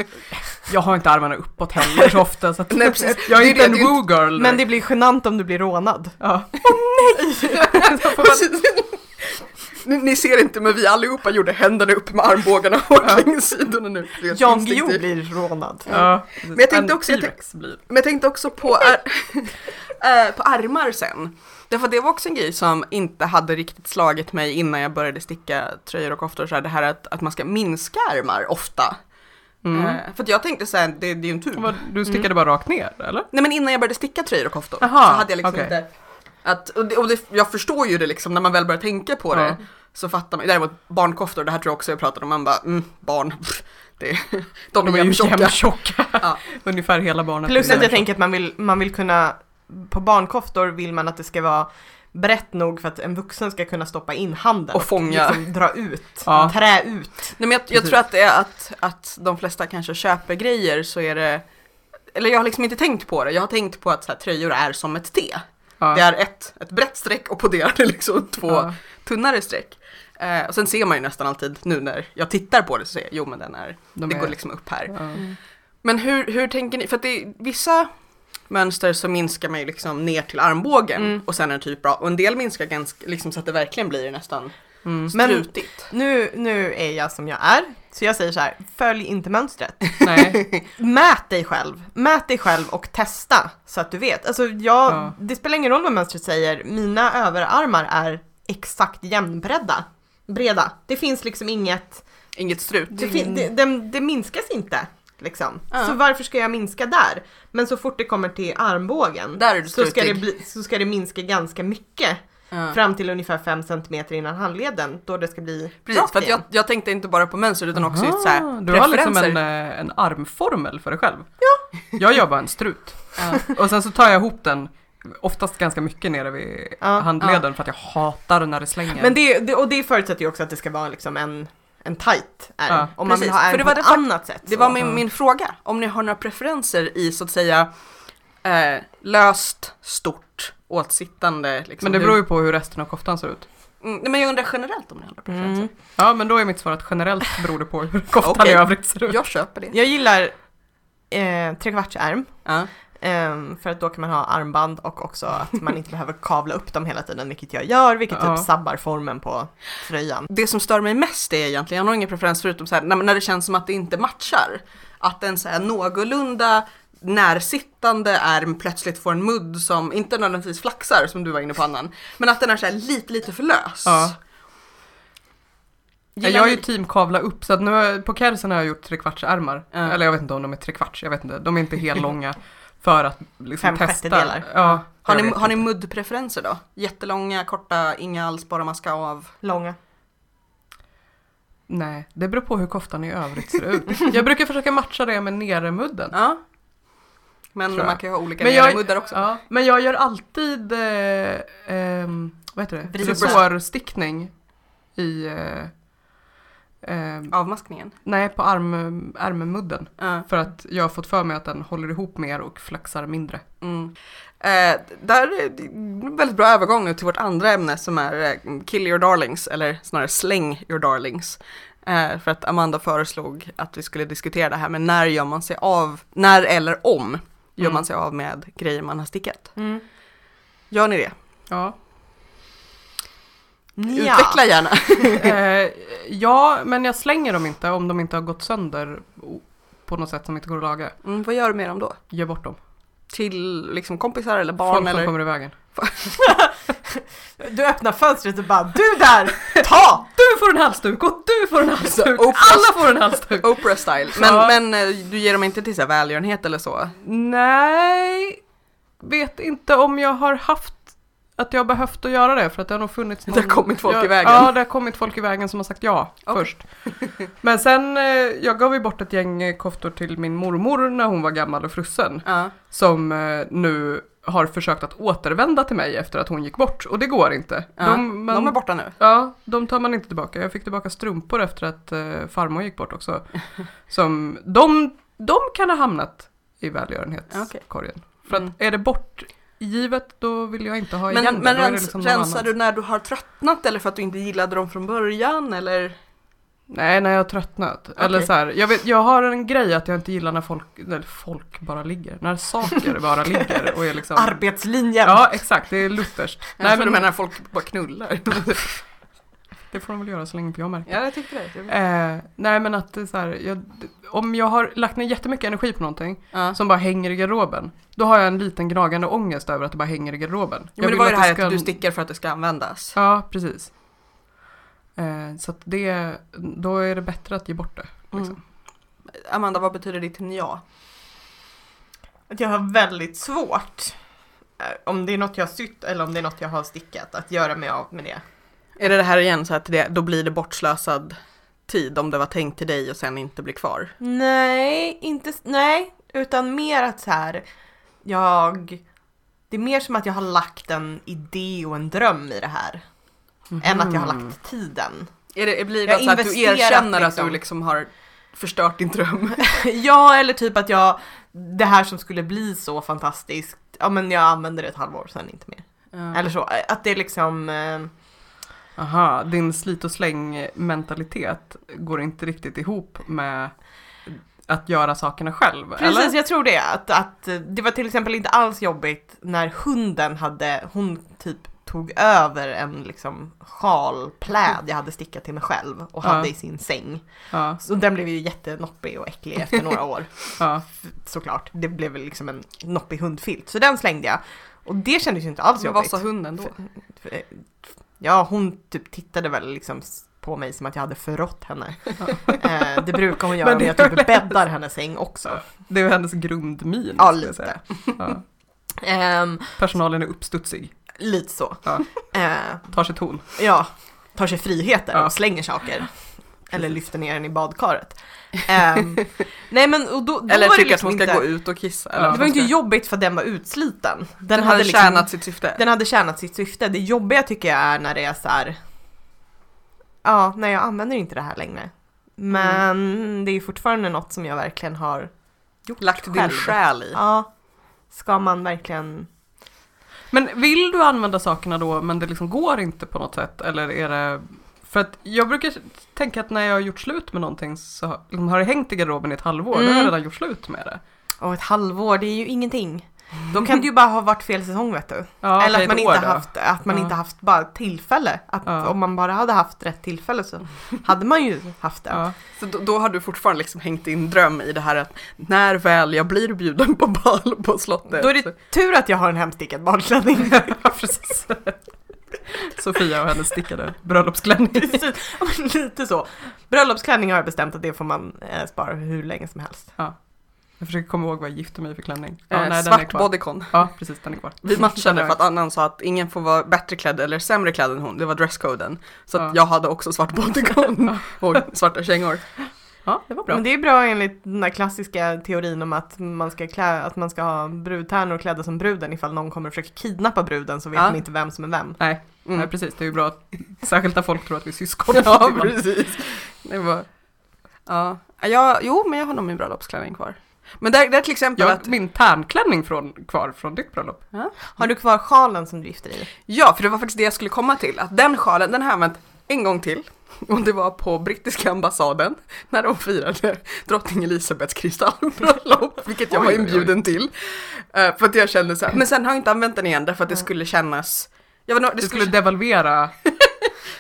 S3: Jag har inte armarna uppåt heller så ofta så att
S1: Nej, precis.
S3: jag
S1: Det
S3: är
S1: är
S3: inte
S1: det,
S3: en
S1: det är
S3: woo girl.
S2: Men det blir genant om du blir rånad.
S3: ja.
S1: Precis. ni, ni ser inte men vi allihopa gjorde händerna upp med armbågarna och längs sidorna nu. Rent
S2: Jan Guillou
S1: instinktivt.
S2: blir rånad.
S3: Ja, precis.
S1: Men jag tänkte
S3: En
S1: också- jag tänk-
S3: T-rex blir.
S1: Men jag tänkte också på, ar- eh, på armar sen. Därför att det var också en grej som inte hade riktigt slagit mig innan jag började sticka tröjor och koftor och så här, det här att, att man ska minska armar ofta.
S3: Mm.
S1: Eh, för att jag tänkte så här, det, det är ju en tub.
S3: Vad- Du stickade bara rakt ner eller?
S1: Nej men innan jag började sticka tröjor och koftor
S3: Aha,
S1: så hade jag liksom
S3: okej.
S1: inte att, och det, och det, jag förstår ju det liksom när man väl börjar tänka på det
S3: Ja.
S1: så fattar man. Däremot barnkoftor, det här tror jag också jag pratade om, man bara mm, barn, pff, det, de,
S3: De är ju jämntjocka.
S1: Ja.
S3: Ungefär hela barnet.
S2: Plus att
S3: är
S2: jag
S3: jämntjocka.
S2: tänker att man vill, man vill kunna, på barnkoftor vill man att det ska vara brett nog för att en vuxen ska kunna stoppa in handen.
S1: Och fånga.
S2: liksom dra ut,
S3: Ja.
S2: trä ut.
S1: Nej, men jag, jag
S3: Precis.
S1: tror att det är att, att de flesta kanske köper grejer så är det, eller jag har liksom inte tänkt på det, jag har tänkt på att så här, tröjor är som ett T.
S3: Ja.
S1: Det är ett, ett brett streck och på det är det liksom två
S3: Ja.
S1: tunnare streck. Eh, och sen ser man ju nästan alltid nu när jag tittar på det så ser jag, jo men den är,
S3: De
S1: det
S3: är-
S1: går liksom upp här.
S3: Ja.
S1: Men hur, hur tänker ni? För att det är vissa mönster så minskar man ju liksom ner till armbågen
S2: Mm.
S1: och sen är det typ bra. Och en del minskar ganska, liksom så att det verkligen blir nästan
S3: Mm.
S2: Men-
S1: strutigt.
S2: Nu, nu är jag som jag är, så jag säger så här, följ inte mönstret.
S3: Nej.
S2: Mät dig själv, mät dig själv och testa så att du vet. Alltså jag,
S3: Ja.
S2: det spelar ingen roll vad mönstret säger, mina överarmar är exakt jämnbredda. Breda. Det finns liksom inget,
S1: Inget strut.
S2: Det, fin- det, det, det minskas inte. Liksom.
S1: Ja.
S2: Så varför ska jag minska där? Men så fort det kommer till armbågen
S1: Där är du
S2: så ska, det
S1: strutig.
S2: bli, så ska det minska ganska mycket.
S1: Ja.
S2: Fram till ungefär 5 cm innan handleden då det ska bli
S1: Precis,
S2: rakt
S1: för att jag,
S2: igen.
S1: jag tänkte inte bara på mönster utan också just så
S3: Ah,
S1: här,
S3: du har liksom
S1: preferenser.
S3: en, eh, en armformel för dig själv. Ja. Jag gör bara en strut. Och sen så tar jag ihop den, oftast ganska mycket nere vid
S2: Ja.
S3: handleden för att jag hatar när det slänger.
S2: Men det, det, och det förutsätter ju också att det ska vara liksom en, en tight ärm.
S3: Ja.
S2: Om man vill
S1: Precis,
S2: ha
S1: för
S2: ärm
S1: det
S2: på
S1: var
S2: ett
S1: det fakt-
S2: annat sätt.
S1: Det
S2: så.
S1: var min, min fråga, om ni har några preferenser i så att säga eh, löst, stort, åtsittande. Liksom,
S3: Men det
S1: hur-
S3: beror ju på hur resten av koftan ser ut.
S1: Mm, nej, men jag undrar generellt om ni har några preferenser.
S2: Mm.
S3: Ja men då är mitt svar att generellt beror det på hur koftan
S1: Okej.
S3: i övrigt ser ut.
S1: Jag köper det.
S2: Jag gillar eh, trekvartsärm.
S1: Ja.
S2: Ehm, för att då kan man ha armband och också att man inte behöver kavla upp dem hela tiden, vilket jag gör, vilket
S3: Ja.
S2: typ sabbar formen på tröjan.
S1: Det som stör mig mest är egentligen, jag har nog ingen preferens förutom så här, när, när det känns som att det inte matchar. Att en så här någorlunda närsittande ärm plötsligt får en mudd som inte nödvändigtvis flaxar som du var inne på annan. Men att den är så här lite, lite för lös.
S3: Ja.
S1: Gillar
S3: jag är ju
S1: ni-
S3: team kavla upp så att nu har- på kärsen har jag gjort trekvartsärmar.
S1: Ja.
S3: Eller jag vet inte om de är trekvarts, jag vet inte. De är inte helt långa för att liksom
S2: Fem
S3: testa.
S2: sjättedelar.
S3: Ja,
S1: har
S3: jag
S1: ni,
S3: vet
S1: har ni
S3: inte.
S1: muddpreferenser då? Jättelånga, korta, inga alls, bara maska av.
S2: Långa.
S3: Nej, det beror på hur koftan i övrigt ser ut. jag brukar försöka matcha det med neremudden.
S1: Ja. Men
S3: Tror jag.
S1: man kan ju ha olika
S3: Men jag-
S1: muddar också.
S3: Ja, men jag gör alltid eh, ehm, vad heter det?
S2: Vridna.
S3: Resårstickning i eh, ehm,
S1: Avmaskningen.
S3: Nej, på arm, ärmmudden.
S1: Ja.
S3: För att jag har fått för mig att den håller ihop mer och flaxar mindre.
S1: Mm. Eh, där är det en väldigt bra övergång nu till vårt andra ämne som är eh, kill your darlings, eller snarare släng your darlings. Eh, för att Amanda föreslog att vi skulle diskutera det här med när gör man sig av, när eller om gör
S3: Mm.
S1: man sig av med grejer man har stickat. Gör ni det?
S3: Ja.
S2: Nja.
S1: Utveckla gärna.
S3: Eh, ja, men jag slänger dem inte om de inte har gått sönder o- på något sätt som inte går att laga.
S1: Mm, vad gör du med dem då?
S3: Ge bort dem.
S1: Till liksom kompisar eller barn
S3: Folk
S1: eller?
S3: som kommer i vägen.
S2: Du öppnar fönstret och bara du där, ta!
S3: Du får en halsduk och du får en halsduk.
S1: Oprah-
S3: Alla får en halsduk.
S1: Oprah style. Men,
S3: Ja.
S1: men eh, du ger dem inte till så här välgörenhet eller så?
S3: Nej, vet inte om jag har haft att jag har behövt att göra det för att det har nog funnits
S1: Det har kommit folk
S3: jag,
S1: i vägen.
S3: Ja, det har kommit folk i vägen som har sagt ja
S1: Okej.
S3: först. Men sen, eh, jag gav ju bort ett gäng eh, koftor till min mormor när hon var gammal och frusen.
S1: Ja.
S3: Som eh, nu har försökt att återvända till mig efter att hon gick bort och det går inte.
S1: Ja.
S3: De, man,
S1: De är borta nu.
S3: Ja, de tar man inte tillbaka. Jag fick tillbaka strumpor efter att eh, farmor gick bort också. Som, de, de kan ha hamnat i välgörenhetskorgen. För att
S1: Mm.
S3: är det bortgivet då vill jag inte ha igen
S1: Men,
S3: det.
S1: men
S3: Då är det
S1: rens,
S3: liksom någon
S1: rensar
S3: annan.
S1: du när du har tröttnat eller för att du inte gillade dem från början eller?
S3: Nej, när jag har tröttnat. Eller
S1: Okej.
S3: så här, jag, vet, jag har en grej att jag inte gillar när folk, eller folk bara ligger. När saker bara ligger och är liksom...
S2: Arbetslinjen!
S3: Ja, exakt. Det är lutherskt.
S1: Nej, men du
S3: men-
S1: menar folk bara knullar?
S3: Det får de väl göra så länge inte jag märker.
S1: ja, jag tyckte det.
S3: Eh, nej men att det är så här, jag, om jag har lagt ner jättemycket energi på någonting
S1: Ja.
S3: som bara hänger i garderoben, då har jag en liten gnagande ångest över att det bara hänger i garderoben.
S1: Jo,
S3: Jag
S1: men det
S3: vill
S1: var ju det här
S3: ska-
S1: att du stickar för att det ska användas.
S3: Ja, precis. Eh, så att det, då är det bättre att ge bort det. Liksom.
S1: Mm. Amanda, vad betyder ditt nja?
S2: Att jag har väldigt svårt, eh, om det är något jag har sytt eller om det är något jag har stickat, att göra mig av med det.
S1: Är det det här igen så att det, då blir det bortslösad tid om det var tänkt till dig och sen inte blir kvar?
S2: Nej, inte, s- nej, utan mer att så här, jag, det är mer som att jag har lagt en idé och en dröm i det här, än att jag har lagt tiden.
S1: Mhm. Är det, blir
S2: Jag
S1: det så att du
S2: investerat,
S1: erkänner att du
S2: liksom.
S1: liksom Alltså, har förstört din dröm?
S2: ja, eller typ att jag, det här som skulle bli så fantastiskt, ja men jag använder det ett halvår sen inte mer. Eller så, eh, att det är liksom, eh,
S3: Aha, din slit och släng mentalitet går inte riktigt ihop med att göra sakerna själv,
S2: Precis,
S3: eller?
S2: jag tror det. Att, att eh, det var till exempel inte alls jobbigt när hunden hade, hon typ tog över en liksom sjalpläd jag hade stickat till mig själv och
S3: Ja.
S2: hade i sin säng.
S3: Ja,
S2: Så den blev ju jättenoppig och äcklig efter några år
S3: ja.
S2: f- såklart. Det blev väl liksom en noppig hundfilt. Så den slängde jag. Och det kändes ju inte alls
S1: Men Alltså, vad
S2: jobbigt.
S1: sa hunden då?
S2: F- eh, f- Ja, hon typ tittade väl liksom s- på mig som att jag hade förrått henne. Eh, det brukar hon göra
S3: Men
S2: om
S3: det
S2: jag
S3: är väl-
S2: typ bäddar hennes säng också.
S3: Det är hennes grundmin,
S2: Ja,
S3: skulle jag
S2: lite.
S3: säga. Ja.
S2: Ehm,
S3: Personalen är uppstudsig,
S2: Lite så.
S3: Ja.
S2: Eh,
S3: tar sig ton.
S2: ja, tar sig friheter
S3: Ja.
S2: och slänger saker. Eller lyfter ner den i badkaret. Ehm, nej men och då, då
S1: Eller
S2: var det
S1: tycker
S2: liksom
S1: att hon ska
S2: inte,
S1: gå ut och kissa?
S3: Ja,
S1: Eller?
S2: Det var ju inte
S3: hon ska-
S2: jobbigt för den var utsliten. Den, liksom
S1: Den, hade, tjänat sitt syfte?
S2: den hade tjänat sitt syfte. Det jobbiga tycker jag är när det är så här. Ja, nej jag använder inte det här längre. Men det är fortfarande något som jag verkligen har.
S1: Lagt din
S2: själv.
S1: själ i?
S2: Ja, ska man verkligen
S3: Men vill du använda sakerna då men det liksom går inte på något sätt? Eller är det... För att jag brukar tänka att när jag har gjort slut med någonting så har- liksom, har det hängt i garderoben i ett halvår, då har jag
S2: Mm.
S3: redan gjort slut med det.
S2: Och ett halvår, det är ju ingenting. Då kan det ju bara ha varit fel säsong vet du.
S3: Ja,
S2: Eller
S3: okej,
S2: att man,
S3: ett
S2: inte
S3: år då.
S2: haft, att man
S3: Ja.
S2: inte haft bara tillfälle. Att
S3: Ja.
S2: Om man bara hade haft rätt tillfälle så hade man ju haft det.
S3: Ja.
S1: Så då, då har du fortfarande liksom hängt din dröm i det här att när väl jag blir bjuden på bal på slottet.
S2: Då är det tur att jag har en hemstickad badklänning.
S3: ja, precis. Sofia och hennes stickade bröllopsklänning.
S2: Precis. Ja, men Lite så. Bröllopsklänning har jag bestämt att det får man eh, spara hur länge som helst.
S3: Jag försöker komma ihåg vad jag gifte mig för klänning. Ja,
S1: eh,
S3: nej, den är
S1: svart
S3: kvar.
S1: bodycon.
S3: Ja, precis, den är kvar.
S1: Vi matchade
S3: Den
S1: för
S3: är-
S1: att annan sa att ingen får vara bättre klädd eller sämre klädd än hon, det var dresscoden. Så att
S3: Ja.
S1: jag hade också svart bodycon och svarta kängor.
S3: Ja, det var bra.
S2: Men det är bra enligt den där klassiska teorin om att man ska, klä, att man ska ha brudtärnor klädda som bruden ifall någon kommer och försöker kidnappa bruden så vet
S1: Ja.
S2: man inte vem som är vem.
S3: Nej,
S1: Mm.
S3: nej, precis. Det är ju bra att, särskilt när folk tror att vi är syskon.
S1: Ja, precis. Det var... Ja. Jag, jo, men jag har nog min bröllopsklänning kvar. Men där, där till exempel
S3: Jag
S1: att...
S3: har min tärnklänning från, kvar från ditt bröllop.
S2: Har du kvar sjalen som du gifter dig i?
S1: Ja, för det var faktiskt det jag skulle komma till. Att den sjalen, den har jag använt en gång till. Och det var på brittiska ambassaden när de firade drottning Elisabeths kristallbröllop, vilket jag
S3: Oj,
S1: var
S3: oj, oj.
S1: inbjuden till. Eh, för att jag kände så här, men sen har jag inte använt den igen därför att det skulle kännas... Jag vet inte,
S3: Det
S1: det
S3: skulle
S1: skulle,
S3: devalvera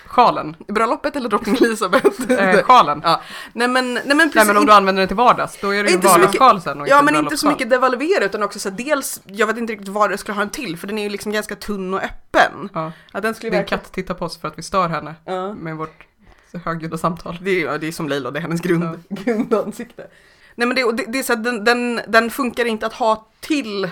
S3: Sjalen.
S1: Bröllopet eller drottning Elisabeth?
S3: Eh, sjalen.
S1: ja. Nej men, nej men precis.
S3: Nej men om du använder den till vardags, då är det ju en
S1: Inte så mycket-
S3: vardagssjal sen och
S1: Ja
S3: en
S1: men inte så
S3: bröllopssjal.
S1: mycket devalvera utan också så här, dels, jag vet inte riktigt vad jag skulle ha den till för den är ju liksom ganska tunn och öppen.
S3: Ja.
S1: Att den skulle
S3: Din
S1: verkligen-
S3: katt tittar på oss för att vi stör henne
S1: Ja.
S3: med vårt högljudda samtal.
S1: Det är, ja, det är som Leila, det är hennes grund, grundansikte. Nej men det, och det, det är så här, den, den, den funkar inte att ha till,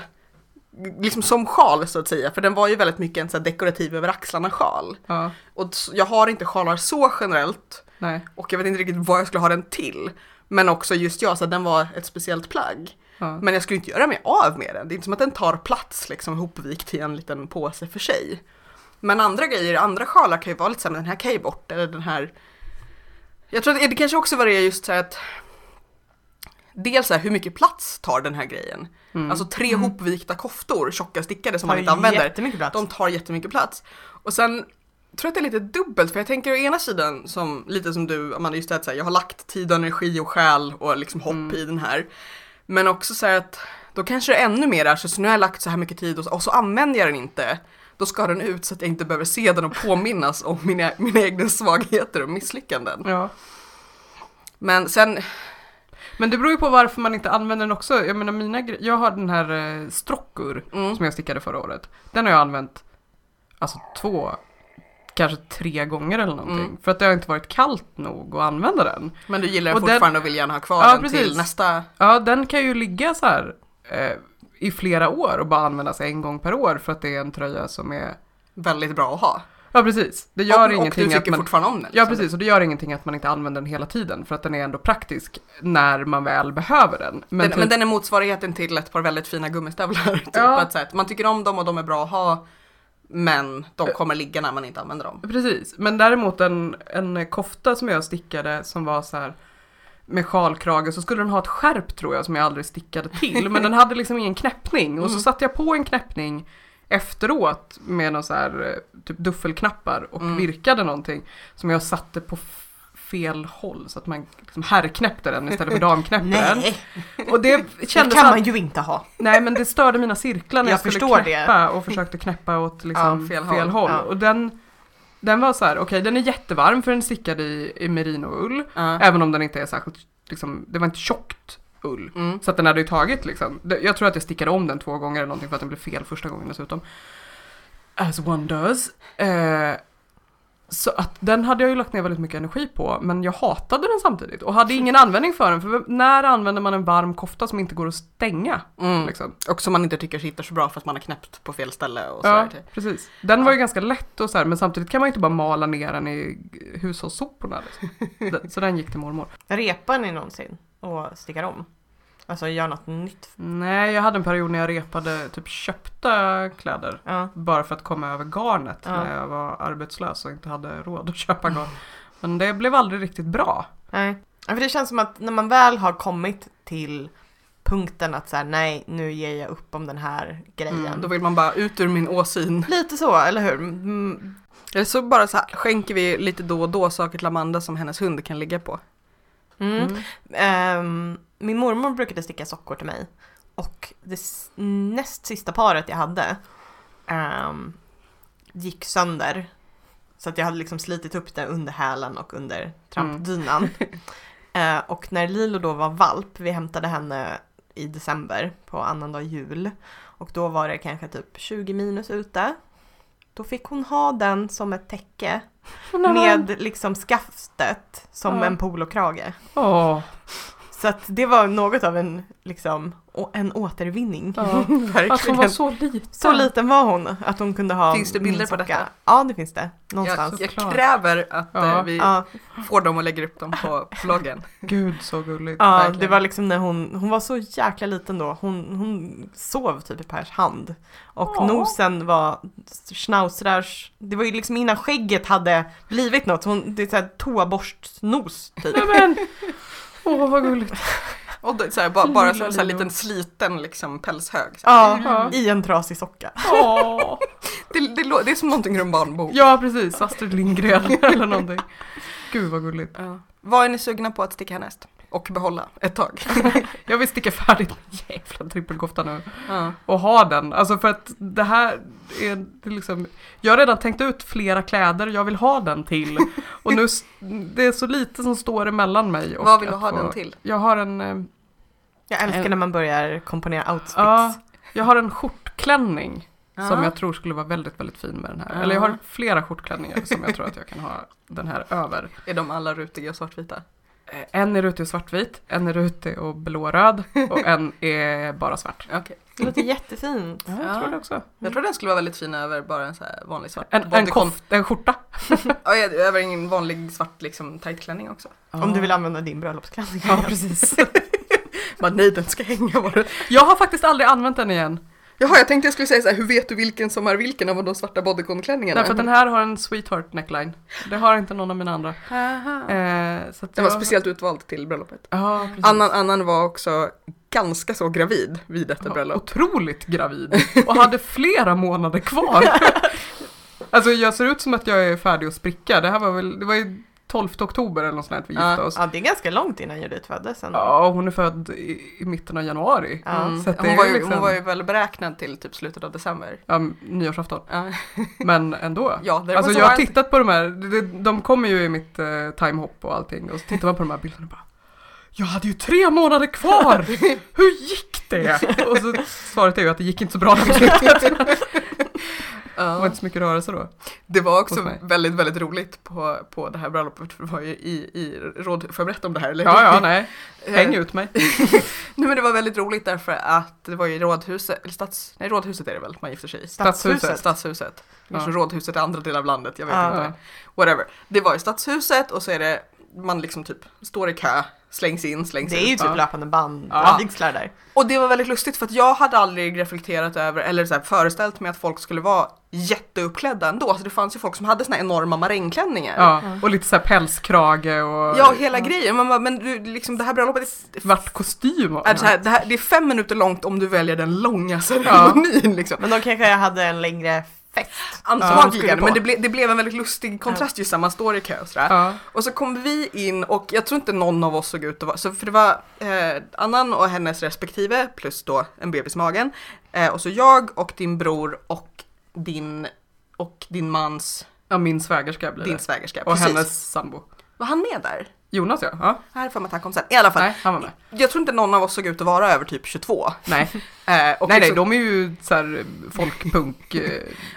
S1: liksom som sjal så att säga, för den var ju väldigt mycket en så här dekorativ över axlarna sjal.
S3: Ja,
S1: Och s- jag har inte sjalar så generellt,
S3: nej.
S1: och jag vet inte riktigt vad jag skulle ha den till. Men också just jag, så att den var ett speciellt plagg.
S3: Ja.
S1: Men jag skulle inte göra mig av med den. Det är inte som att den tar plats liksom hopvikt i en liten påse för sig. Men andra grejer, andra sjalar kan ju vara lite såhär, men den här kan ju bort, eller den här... Jag tror att det kanske också varierar just så här att... Dels så här, hur mycket plats tar den här grejen?
S3: Mm.
S1: Alltså tre hopvikta koftor, tjocka stickade som
S2: Tar
S1: man inte använder.
S2: jättemycket plats.
S1: De tar jättemycket plats. Och sen tror jag att det är lite dubbelt, för jag tänker å ena sidan, som, lite som du Amanda, just det här, att så här, jag har lagt tid och energi och själ och liksom hopp
S3: Mm.
S1: i den här. Men också så här att då kanske det är ännu mer, alltså, så nu har jag lagt så här mycket tid och, så- och så använder jag den inte. Då ska den ut så att jag inte behöver se den och påminnas om mina, mina egna svagheter och misslyckanden.
S3: Ja.
S1: Men sen,
S3: Men det beror ju på varför man inte använder den också. Jag menar mina gre- jag har den här eh, Strockur
S1: mm,
S3: som jag stickade förra året. Den har jag använt alltså två, kanske tre gånger eller någonting.
S1: Mm.
S3: För att det har inte varit kallt nog att använda den.
S1: men du gillar den
S3: Och den-
S1: fortfarande och vill gärna ha kvar
S3: Ja,
S1: den
S3: precis.
S1: till nästa.
S3: Ja, den kan ju ligga så här eh, i flera år och bara användas en gång per år för att det är en tröja som är...
S1: Väldigt bra att ha.
S3: Ja, precis. Det gör
S1: och, och
S3: ingenting
S1: du tycker
S3: att man...
S1: fortfarande om den.
S3: Ja,
S1: liksom.
S3: precis. Och det gör ingenting att man inte använder den hela tiden för att den är ändå praktisk när man väl behöver den. Men,
S1: Men den,
S3: typ,
S1: men den är motsvarigheten till ett par väldigt fina gummistövlar. Typ,
S3: Ja.
S1: att, så här, att man tycker om dem och de är bra att ha, men de kommer ligga när man inte använder dem.
S3: Precis. Men däremot en, en kofta som jag stickade som var så här med sjalkrage så skulle den ha ett skärp tror jag som jag aldrig stickade till men den hade liksom ingen knäppning och så
S1: Mm.
S3: satte jag på en knäppning efteråt med någon så här eh, typ duffelknappar och
S1: Mm.
S3: virkade någonting som jag satte på f- fel håll så att man liksom herrknäppte den istället för damknäppte den.
S2: Nej,
S3: Och det
S2: det
S3: kändes
S2: kan
S3: att-
S2: man ju inte ha.
S3: Nej men det störde mina cirklar när
S2: Jag
S3: jag, skulle
S2: förstår det.
S3: knäppa och försökte knäppa åt liksom
S1: Ja,
S3: fel
S1: fel
S3: håll.
S1: håll.
S2: Ja.
S3: Och den, den var så här, okej den är jättevarm för den är stickad i, i merinoull.
S1: Ja.
S3: Även om den inte är särskilt, liksom, det var inte tjockt ull.
S1: Mm.
S3: Så att den hade ju tagit liksom, det- jag tror att jag stickade om den två gånger eller någonting för att den blev fel första gången dessutom. As one does. Eh, så att den hade jag ju lagt ner väldigt mycket energi på, men jag hatade den samtidigt och hade ingen användning för den. För vem- när använder man en varm kofta som inte går att stänga?
S1: Mm.
S3: Liksom?
S1: Och som man inte tycker sitter så bra för att man har knäppt på fel ställe och
S3: Ja,
S1: sådär. typ.
S3: precis. Den var
S1: Ja.
S3: ju ganska lätt och så här, men samtidigt kan man ju inte bara mala ner den i hushållssoporna. Liksom. Den- så den gick till mormor.
S2: Repar ni någonsin och stickar om? Alltså gör något nytt?
S3: Nej, jag hade en period när jag repade typ köpta kläder.
S2: Ja.
S3: Bara för att komma över garnet
S2: Ja.
S3: när jag var arbetslös och inte hade råd att köpa garn. Men det blev aldrig riktigt bra.
S2: Nej. Ja, för det känns som att när man väl har kommit till punkten att så här, nej nu ger jag upp om den här grejen.
S1: Mm. Då vill man bara ut ur min åsyn.
S2: Lite så, eller hur? Mm.
S1: Eller så bara så här, skänker vi lite då och då saker till Amanda som hennes hund kan ligga på.
S2: Mm. Ehm, min mormor brukade sticka sockor till mig. Och det s- näst sista paret jag hade ehm, gick sönder. Så att jag hade liksom slitit upp det under hälen och under trampdynan. Eh, och när Lilo då var valp, vi hämtade henne i december på annandag jul. Och då var det kanske typ 20 minus ute. Då fick hon ha den som ett täcke med liksom skaftet som
S3: Ja.
S2: en polokrage.
S3: Åh,
S2: Så att det var något av en, liksom, å- en återvinning.
S3: ja. Att hon alltså, var så liten.
S2: Så liten var hon att hon kunde ha
S1: Finns det bilder
S2: min
S1: på
S2: socka.
S1: detta?
S2: Ja, det finns det.
S1: Jag,
S2: Någonstans.
S1: jag
S3: Såklart.
S1: kräver att
S3: Ja.
S1: eh, vi
S2: Ja,
S1: får dem och lägger upp dem på bloggen.
S3: Gud så gulligt.
S2: ja
S1: verkligen.
S2: det var liksom när hon, hon var så jäkla liten då. Hon, hon sov typ i Pers hand. Och
S3: Ja.
S2: nosen var schnauzers. Det var ju liksom innan skägget hade blivit något. Hon, det är såhär toaborstnos typ.
S3: Nej, men. Åh vad gulligt.
S1: Och då, så här, bara, bara som
S3: Lilla
S1: en så här
S3: Lilo.
S1: liten sliten liksom, pälshög. Så här.
S2: Ja,
S3: Ja.
S2: i en trasig socka.
S3: Åh.
S1: Det, det, lå- det är som någonting ur en barnbok.
S3: Ja precis, Astrid Lindgren eller någonting. Gud vad gulligt.
S1: Ja. Vad är ni sugna på att sticka härnäst? och behålla ett tag.
S3: Jag vill sticka färdigt min jävla trippelkofta nu.
S1: Ja.
S3: Och ha den. Alltså för att det här är det är liksom... Jag har redan tänkt ut flera kläder jag vill ha den till. Och nu... s- Det är så lite som står emellan mig. Och
S1: Vad vill du
S3: att
S1: ha
S3: få-
S1: den till?
S3: Jag har en... eh,
S2: Jag älskar
S3: En-
S2: när man börjar komponera outfits.
S3: Ja, jag har en skjortklänning. Som
S1: Ja.
S3: jag tror skulle vara väldigt, väldigt fin med den här.
S1: Ja.
S3: Eller jag har flera skjortklänningar som jag tror att jag kan ha den här över.
S1: Är de alla rutiga och svartvita?
S3: Eh, En är rutig och svartvit, en är rutig och blåröd och en är bara svart.
S1: Okej.
S2: Det låter jättefint.
S3: Ja, jag
S1: Ja.
S3: tror det också.
S1: Jag tror den skulle vara väldigt fin över bara en så här vanlig svart
S3: En, en,
S1: bodycon-
S3: kof, en skjorta.
S1: Ja, jag- över en vanlig svart liksom tight klänning också.
S2: Om du vill använda din bröllopsklänning.
S3: Ja, precis.
S1: Bara nej, den ska hänga bara.
S3: Jag har faktiskt aldrig använt den igen.
S1: Jaha, jag tänkte jag skulle säga så här, hur vet du vilken som är vilken av de svarta bodycon-klänningarna?
S3: Därför att den här har en sweetheart neckline. Det har inte någon av mina andra. Eh, så att
S1: Den var
S3: jag-
S1: speciellt utvald till bröllopet.
S3: Ja, precis.
S1: Annan, annan var också ganska så gravid vid detta
S3: Ja,
S1: bröllop.
S3: Otroligt gravid och hade flera månader kvar. alltså jag ser ut som att jag är färdig att spricka. Det här var väl, det var ju 12 oktober eller något sånt när vi
S1: Ja,
S3: gifte oss.
S2: Ja, det är ganska långt innan Judith föddes ändå.
S3: Ja, hon är född i, i mitten av januari.
S2: Ja.
S1: Mm.
S3: Så att det
S1: Hon, var
S3: är
S1: ju,
S3: liksom-
S1: hon var ju väl beräknad till typ slutet av december.
S3: Ja, nyårsafton.
S1: Ja,
S3: Men ändå.
S1: ja däremot
S3: Alltså
S1: så
S3: jag
S1: var
S3: har tittat på de här, de, de kommer ju i mitt eh, timehop och allting och så tittar man på de här bilderna och bara Jag hade ju tre månader kvar! Hur gick det? Och så svaret är ju att det gick inte så bra när vi slutade. Det var
S1: Ja.
S3: inte så mycket rörelse då.
S1: Det var också
S3: Mm. hos mig.
S1: väldigt, väldigt roligt på, på det här bröllopet, för det var ju i, i råd, får jag berätta om det här eller?
S3: Ja, ja, nej.
S1: Eh,
S3: Häng ut mig.
S1: Nej men det var väldigt roligt därför att det var ju i rådhuset, eller stads, nej rådhuset är det väl man gifter sig i?
S3: Stadshuset.
S1: Stadshuset. Kanske
S3: Ja.
S1: rådhuset är andra delar av landet, jag vet
S2: Ja.
S1: inte. Whatever. Det var i stadshuset och så är det, man liksom typ står i kö, slängs in, slängs
S2: Det är ju
S1: ut.
S2: typ
S3: Ja.
S2: löpande band,
S3: Ja.
S2: vigslar där.
S1: Och det var väldigt lustigt för att jag hade aldrig reflekterat över eller så här, föreställt mig att folk skulle vara jätteuppklädda ändå. Så det fanns ju folk som hade såna här enorma marängklänningar.
S3: Ja, och lite så här pälskrage och
S1: Ja, och hela grejen. Man bara, men du, liksom, det här bröllopet är
S3: svart kostym. Och,
S1: Är det, så här, det, här, det är fem minuter långt om du väljer den långa ceremonin liksom.
S2: Men de kanske hade en längre fest.
S3: skulle
S1: Antagligen,
S3: på.
S1: men det, ble, det blev en väldigt lustig kontrast just när man står i kö och sådär.
S3: Ja.
S1: Och så kom vi in och jag tror inte någon av oss såg ut att vara, så för det var eh, Annan och hennes respektive plus då en bebis i magen. Eh, och så jag och din bror och din, och din mans,
S3: ja, min svägerska blir
S1: din
S3: det.
S1: svägerska.
S3: Och
S1: precis.
S3: hennes sambo.
S1: Var han med där?
S3: Jonas ja. ja.
S1: Jag hade för mig att han kom sen. I alla fall,
S3: Nej, han var med.
S1: jag tror inte någon av oss såg ut att vara över typ 22.
S3: Nej,
S1: Eh, och
S3: nej, nej,
S1: liksom-
S3: de är ju så här folkpunk... eh,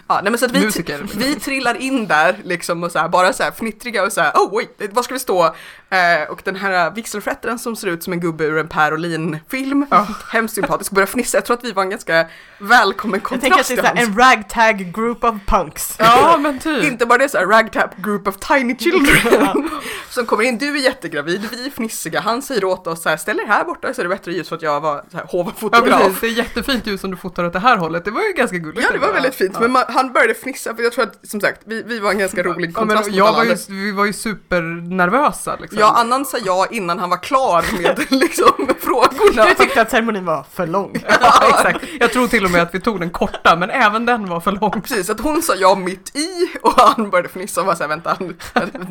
S1: Ja, nej, men så att vi,
S3: Musiker.
S1: vi trillar in där liksom och så här, bara så här fnittriga och så här, oh wait, var ska vi stå? Eh, och den här vigselförrättaren som ser ut som en gubbe ur en Per Olin-film, hemskt sympatisk, börjar fnissa. Jag tror att vi var en ganska välkommen
S2: Jag tänker
S1: kontrast.
S2: att det är såhär,
S1: till
S2: en ragtag group of punks.
S3: Ja, men
S1: hans-
S3: typ.
S1: Inte bara det, så här ragtap group of tiny children som kommer in. Du är jättegravid, vi är fnissiga. Han säger åt oss så här, ställ er här borta så är det bättre ljus för att jag var så här,
S3: Ja,
S1: hovfotograf.
S3: precis. Det är jättefint ljus som du fotar åt det här hållet. Det var ju ganska gulligt.
S1: Ja det var väldigt fint,
S3: Ja.
S1: men man, han började fnissa för jag tror att som sagt vi, vi var en ganska rolig
S3: Ja, men
S1: kontrast mot
S3: jag
S1: alla
S3: var
S1: andra.
S3: ju, vi var ju supernervösa liksom.
S1: Ja, annan sa ja innan han var klar med liksom, frågorna.
S2: Du tyckte att ceremonin var för lång.
S3: Ja, exakt. Jag tror till och med att vi tog den korta, men även den var för lång.
S1: Precis, att hon sa ja mitt i och han började fnissa och bara såhär vänta,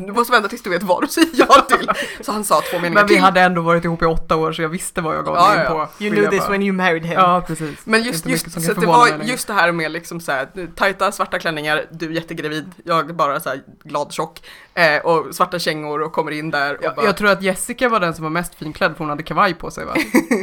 S1: du måste vänta tills du vet vad du säger ja till. Så han sa två meningar
S3: Men vi
S1: till.
S3: hade ändå varit ihop i åtta år så jag visste vad jag gav mig
S1: Ja,
S3: in
S1: ja, ja.
S3: på.
S2: You
S3: vill
S2: knew
S3: jag
S2: this
S3: bara-
S2: when you married him.
S3: Ja, precis.
S1: Men
S3: Det är
S1: just,
S3: inte mycket
S1: just,
S3: som
S1: så
S3: kan
S1: att det
S3: förvåna mig
S1: var
S3: längre.
S1: just det här med liksom så här, tajta svarta klänningar, du jättegravid, jag bara så här glad tjock eh, och svarta kängor och kommer in där och
S3: jag,
S1: bara,
S3: jag tror att Jessica var den som var mest finklädd för hon hade kavaj på sig va?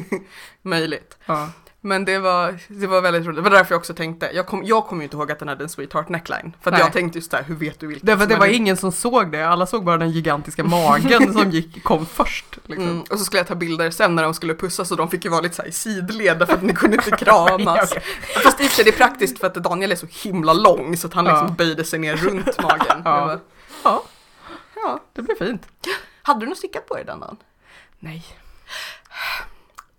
S1: möjligt.
S3: Ja.
S1: Men det var, det var väldigt roligt, det var därför jag också tänkte, jag kommer jag kom ju inte ihåg att den hade en sweetheart neckline. För att
S3: Nej.
S1: jag tänkte just såhär, hur vet du vilken
S3: Därför
S1: som
S3: att det
S1: är
S3: var
S1: din?
S3: ingen som såg det, alla såg bara den gigantiska magen som gick, kom först. Liksom.
S1: Mm, och så skulle jag ta bilder sen när de skulle pussas och de fick ju vara lite så här i sidled för att ni kunde inte kramas.
S3: okej.
S1: Fast i och för sig det är praktiskt för att Daniel är så himla lång så att han liksom
S3: Ja.
S1: böjde sig ner runt magen.
S3: Ja.
S1: Jag bara,
S3: Ja,
S1: ja.
S3: det blev fint.
S1: Hade du något stickat på dig den dagen?
S3: Nej.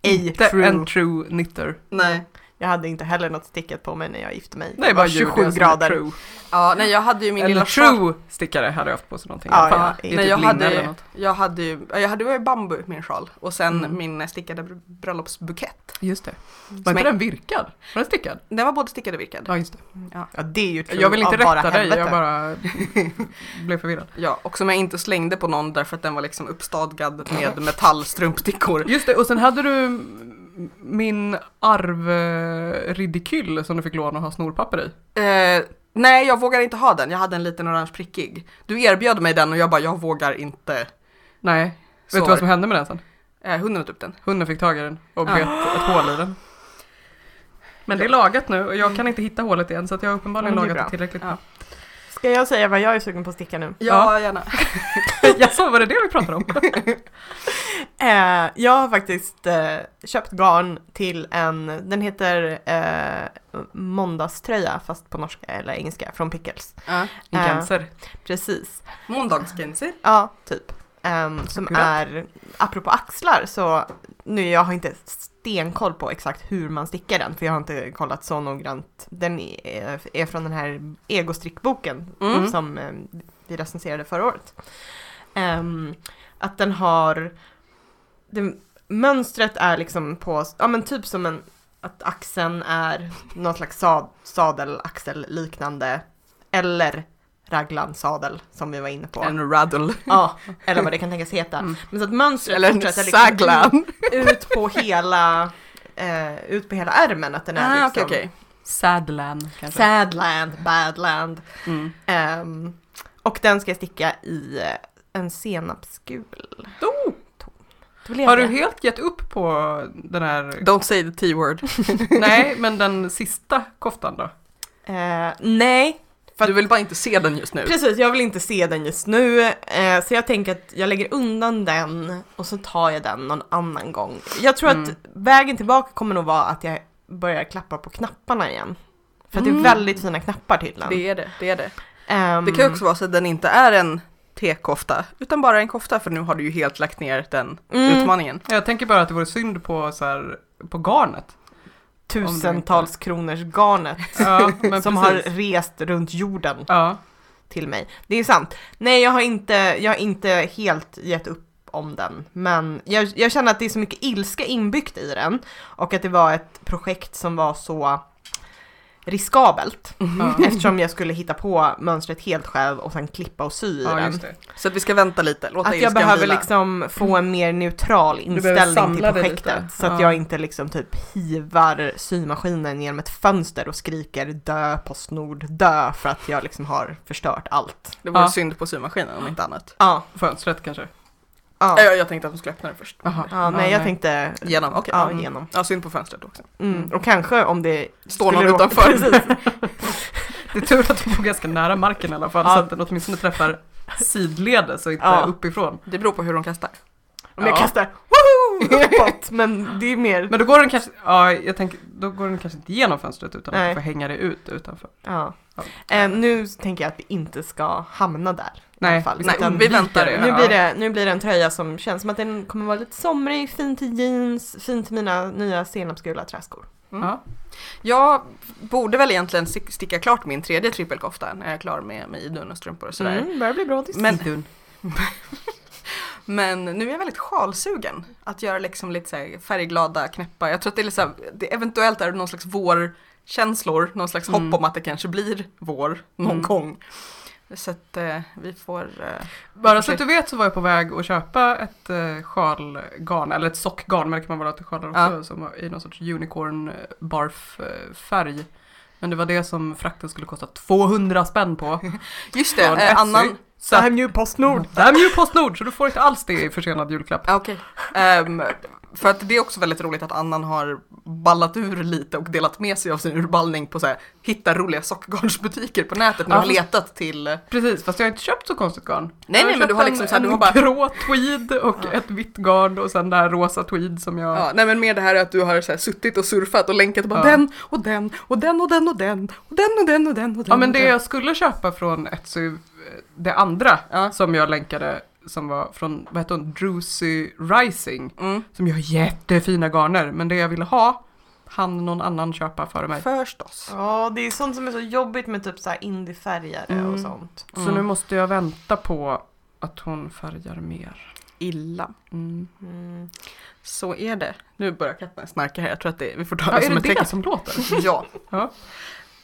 S2: Ej
S3: Inte
S2: true.
S3: en true knitter.
S1: Nej.
S2: Jag hade inte heller något stickat på mig när jag gifte mig.
S3: Nej,
S2: det
S3: bara
S2: var
S3: Julia
S2: 27
S3: som är
S2: grader.
S3: True.
S1: Ja, nej jag hade ju min
S3: en
S1: lilla
S3: true stickare hade jag haft på sig någonting. i
S2: Ja,
S3: alla fall.
S1: Ja,
S2: det är
S1: nej,
S3: typ
S1: jag,
S3: linne eller
S1: hade,
S3: något.
S1: jag hade ju jag hade ju bambu min sjal och sen
S3: Mm.
S1: min stickade br- bröllopsbukett.
S3: Just det. Var
S1: Som
S3: inte
S1: jag-
S3: den virkad? Var den stickad?
S1: Den var både stickad och virkad.
S3: Ja, just det.
S2: Ja, det är ju true
S3: Jag vill inte
S2: av bara
S3: rätta dig, jag
S2: helvete.
S3: bara blev förvirrad.
S1: Ja, och som jag inte slängde på någon därför att den var liksom uppstadgad med metallstrumpstickor.
S3: Just det, och sen hade du mm, min arvridikyll som du fick låna och ha snorpapper i.
S1: Eh, nej, jag vågar inte ha den. Jag hade en liten orange prickig. Du erbjöd mig den och jag bara, jag vågar inte.
S3: Nej,
S1: Så
S3: vet du
S1: var
S3: vad som hände med den sen?
S1: det. Eh, hunden åt upp den.
S3: Hunden fick tag i den och
S1: Ah.
S3: bet ett hål i den. Men det är lagat nu och jag kan inte hitta hålet igen så att jag har uppenbarligen
S2: Mm. Men det är
S3: lagat
S2: bra.
S3: det tillräckligt.
S1: Ja.
S2: Ska jag säga vad jag är sugen på att sticka nu?
S1: Ja, gärna.
S3: Jaså, var det det vi pratade om?
S2: Eh, jag har faktiskt eh, köpt garn till en, den heter eh, måndagströja fast på norska eller engelska från Pickles.
S1: Ja.
S3: Min
S2: Eh,
S3: cancer.
S2: Precis.
S1: Måndagskenser.
S2: Ja, typ. Ehm, som
S3: Akkurat.
S2: är, apropå axlar, så nu jag har inte stenkoll på exakt hur man stickar den, för jag har inte kollat så noggrant. Den är, är från den här egostrickboken
S1: Mm.
S2: som eh, vi recenserade förra året. Ehm, att den har, det, mönstret är liksom på, ja men typ som en, att axeln är någon slags sad, sadelaxel liknande, eller raglansadel som vi var inne på.
S1: En raddle.
S2: Ja, eller vad det kan tänkas heta.
S3: Mm.
S2: Men så att mönstret
S1: Eller en
S2: fortsätter liksom
S1: saglan.
S2: ut, ut på hela eh, ut på hela ärmen att den är
S1: Ah,
S2: liksom
S1: okej, okej.
S3: Sadland kanske.
S2: sadland, badland.
S3: Mm.
S2: Ehm, och den ska jag sticka i eh, en senapsgul
S3: Oh,
S2: Då blev
S3: har du
S2: det.
S3: helt gett upp på den här?
S1: Don't say the T-word.
S3: Nej, men den sista koftan då?
S2: Eh, nej, För att-
S1: Du vill bara inte se den just nu.
S2: precis jag vill inte se den just nu. Eh, så jag tänker att jag lägger undan den och så tar jag den någon annan gång. Jag tror att
S3: Mm.
S2: vägen tillbaka kommer nog vara att jag börjar klappa på knapparna igen. För att
S1: Mm.
S2: det är väldigt fina knappar till den.
S1: Det är det, det är det.
S2: Ehm,
S1: Det kan ju också vara så att den inte är en tekofta, utan bara en kofta, för nu har du ju helt lagt ner den
S2: Mm.
S1: utmaningen.
S3: Jag tänker bara att det vore synd på, så här, på garnet.
S2: tusentals kronors garnet
S3: Ja, men
S2: som
S3: precis.
S2: har rest runt jorden
S3: Ja,
S2: till mig. Det är sant. Nej, jag har inte, jag har inte helt gett upp om den, men jag, jag känner att det är så mycket ilska inbyggt i den och att det var ett projekt som var så riskabelt
S3: ja.
S2: eftersom jag skulle hitta på mönstret helt själv och sen klippa och sy i
S3: ja
S2: den.
S3: just det.
S1: Så att vi ska vänta lite, låta
S2: Att jag behöver liksom få en mer neutral
S3: Mm. behöver
S2: inställning till
S3: samla dig lite.
S2: projektet. Så att
S3: Ja.
S2: jag inte liksom typ hivar symaskinen genom ett fönster och skriker dö Postnord dö för att jag liksom har förstört allt.
S1: Det vore
S3: Ja.
S1: synd på symaskinen om inte annat.
S2: Ja,
S3: Fönstret kanske?
S2: ja.
S1: Ja. Jag, jag tänkte att de skulle öppna den först.
S3: Aha.
S2: ja nej jag tänkte
S1: Genom, okej.
S2: ja,
S1: Mm.
S2: genom.
S1: Ja, synd på fönstret också.
S2: Mm. Och kanske om det
S1: Står någon
S2: skulle råka-
S1: utanför?
S2: Precis.
S3: Det är tur att de bor ganska nära marken i alla fall
S2: Ja.
S3: så att den åtminstone träffar sidledes och inte
S2: Ja.
S3: uppifrån.
S1: Det beror på hur de kastar.
S2: Om jag
S3: Ja.
S2: kastar woho uppåt men det är mer
S3: Men då går den kanske, ja jag tänker, då går den kanske inte genom fönstret utan att
S2: Nej.
S3: du får hänga det ut utanför.
S2: ja.
S3: Ja.
S2: Eh, nu tänker jag att vi inte ska hamna där. I alla
S3: Nej,
S2: fall.
S3: vi,
S1: Nej,
S2: utan-
S1: vi väntar.
S3: det.
S2: Nu
S3: Ja.
S2: blir, det, nu blir det en tröja som känns som att den kommer vara lite somrig, fin till jeans, fin till mina nya senapsgula träskor.
S3: ja.
S1: Jag borde väl egentligen stick- sticka klart min tredje trippelkofta när jag är klar med, med idun och strumpor och sådär.
S2: Mm, börjar bli brådis.
S1: Men-
S3: Idun.
S1: Men nu är jag väldigt sjalsugen. Att göra liksom lite så här färgglada, knäppa. Jag tror att det är lite så här, det eventuellt är det någon slags vårkänslor, någon slags
S3: Mm.
S1: hopp om att det kanske blir vår någon
S3: Mm.
S1: gång. Så att eh, vi får... Eh,
S3: Bara så att du vet så var jag på väg att köpa ett eh, sjalgarn, eller ett sockgarn, men det kan man väl ha till sjalar också,
S1: Ja.
S3: som var i någon sorts unicorn barf eh, färg. Men det var det som frakten skulle kosta 200 spänn på.
S1: just
S3: Från
S1: det,
S3: Etsy.
S1: eh, annan...
S3: Så att,
S2: ju Postnord.
S3: damn you Postnord, så du får inte alls det i försenad julklapp.
S1: Ja, Okej. Ehm, för att det är också väldigt roligt att Annan har ballat ur lite och delat med sig av sin urballning på så här, hitta roliga sockgarnsbutiker på nätet när
S3: Ja,
S1: du har
S3: fast-
S1: letat till...
S3: Precis, fast jag har inte köpt så konstigt garn.
S1: nej, men
S3: köpt
S1: du har
S3: en-
S1: liksom så här,
S3: en
S1: du har bara-
S3: grå tweed och ett vitt garn och sen det här rosa tweed som jag...
S1: Ja, nej men mer det här att du har så här, suttit och surfat och länkat och bara
S3: Ja.
S1: den och den och den och den och den och den och den och den och den.
S3: Ja, men
S1: och
S3: det
S1: den.
S3: jag skulle köpa från Etsy, eh, det andra
S1: Ja.
S3: som jag länkade som var från, vad hette hon, Drusy Rising.
S1: Mm.
S3: Som gör jättefina garner, men det jag ville ha Han någon annan köpa före mig.
S1: Förstås.
S2: Ja, det är sånt som är så jobbigt med typ så här indiefärgare
S1: Mm.
S2: och sånt.
S3: Så
S1: Mm.
S3: nu måste jag vänta på att hon färgar mer.
S1: Illa.
S3: Mm.
S2: Mm.
S1: Så är det. Nu börjar katten snarka här. Jag tror att det, vi får ta
S3: Ja,
S1: det
S3: är
S1: som
S3: det
S1: ett tecken.
S3: det Mm. som låter?
S1: Ja.
S3: Ja.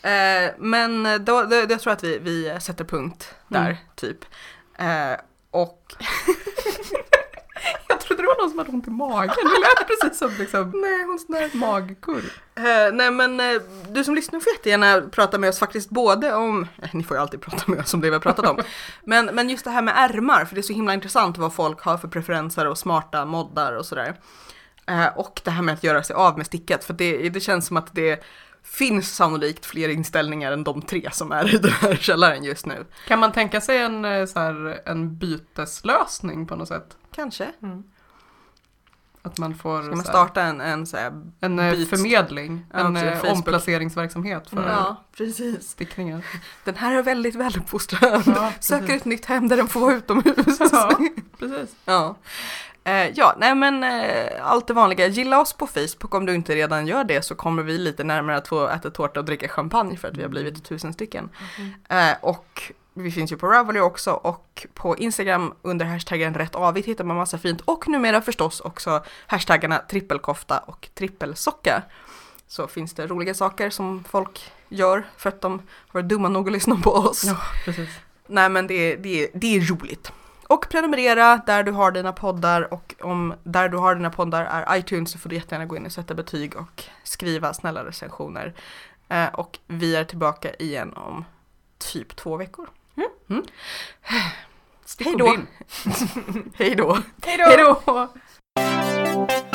S1: Eh, men då, då, jag tror att vi, vi sätter punkt där,
S3: Mm.
S1: typ. Eh, och
S3: Jag trodde det var någon som hade ont i magen. Det lät precis som liksom,
S1: nej, hon snarkar.
S3: magkurr.
S1: Eh, nej men eh, du som lyssnar får jättegärna prata med oss faktiskt både om, eh, ni får ju alltid prata med oss om det vi har pratat om, men, men just det här med ärmar, för det är så himla intressant vad folk har för preferenser och smarta moddar och sådär. Eh, och det här med att göra sig av med sticket, för det, det känns som att det finns sannolikt fler inställningar än de tre som är i den här källaren just nu.
S3: Kan man tänka sig en, eh, så här, en byteslösning på något sätt?
S1: Kanske.
S2: Mm.
S3: Att man får
S1: Ska man
S3: så här,
S1: starta en, en så här,
S3: en eh,
S1: byt-
S3: förmedling,
S1: Ja,
S3: en
S1: precis,
S3: eh,
S1: Facebook.
S3: omplaceringsverksamhet för
S2: Mm.
S1: ja precis.
S3: stickningar.
S1: Den här är väldigt väluppfostrad.
S3: Ja,
S1: Söker
S3: precis.
S1: ett nytt hem där den får vara utomhus.
S3: Ja, precis.
S1: Ja. Eh, ja, nej men eh, allt det vanliga. Gilla oss på Facebook om du inte redan gör det så kommer vi lite närmare att få äta tårta och dricka champagne för att vi har blivit tusen stycken. Eh, och vi finns ju på Ravelry också och på Instagram under hashtaggen rättavigt hittar man massa fint och numera förstås också hashtaggarna trippelkofta och trippelsocka. Så finns det roliga saker som folk gör för att de var dumma nog att lyssna på oss.
S3: Ja, precis.
S1: Nej men det är, det, är, det är roligt. Och prenumerera där du har dina poddar och om där du har dina poddar är iTunes så får du jättegärna gå in och sätta betyg och skriva snälla recensioner. Eh, och vi är tillbaka igen om typ två veckor.
S3: Mm.
S1: Hej då!
S3: Kom in.
S1: Hej då!
S2: Hej
S3: Hej då!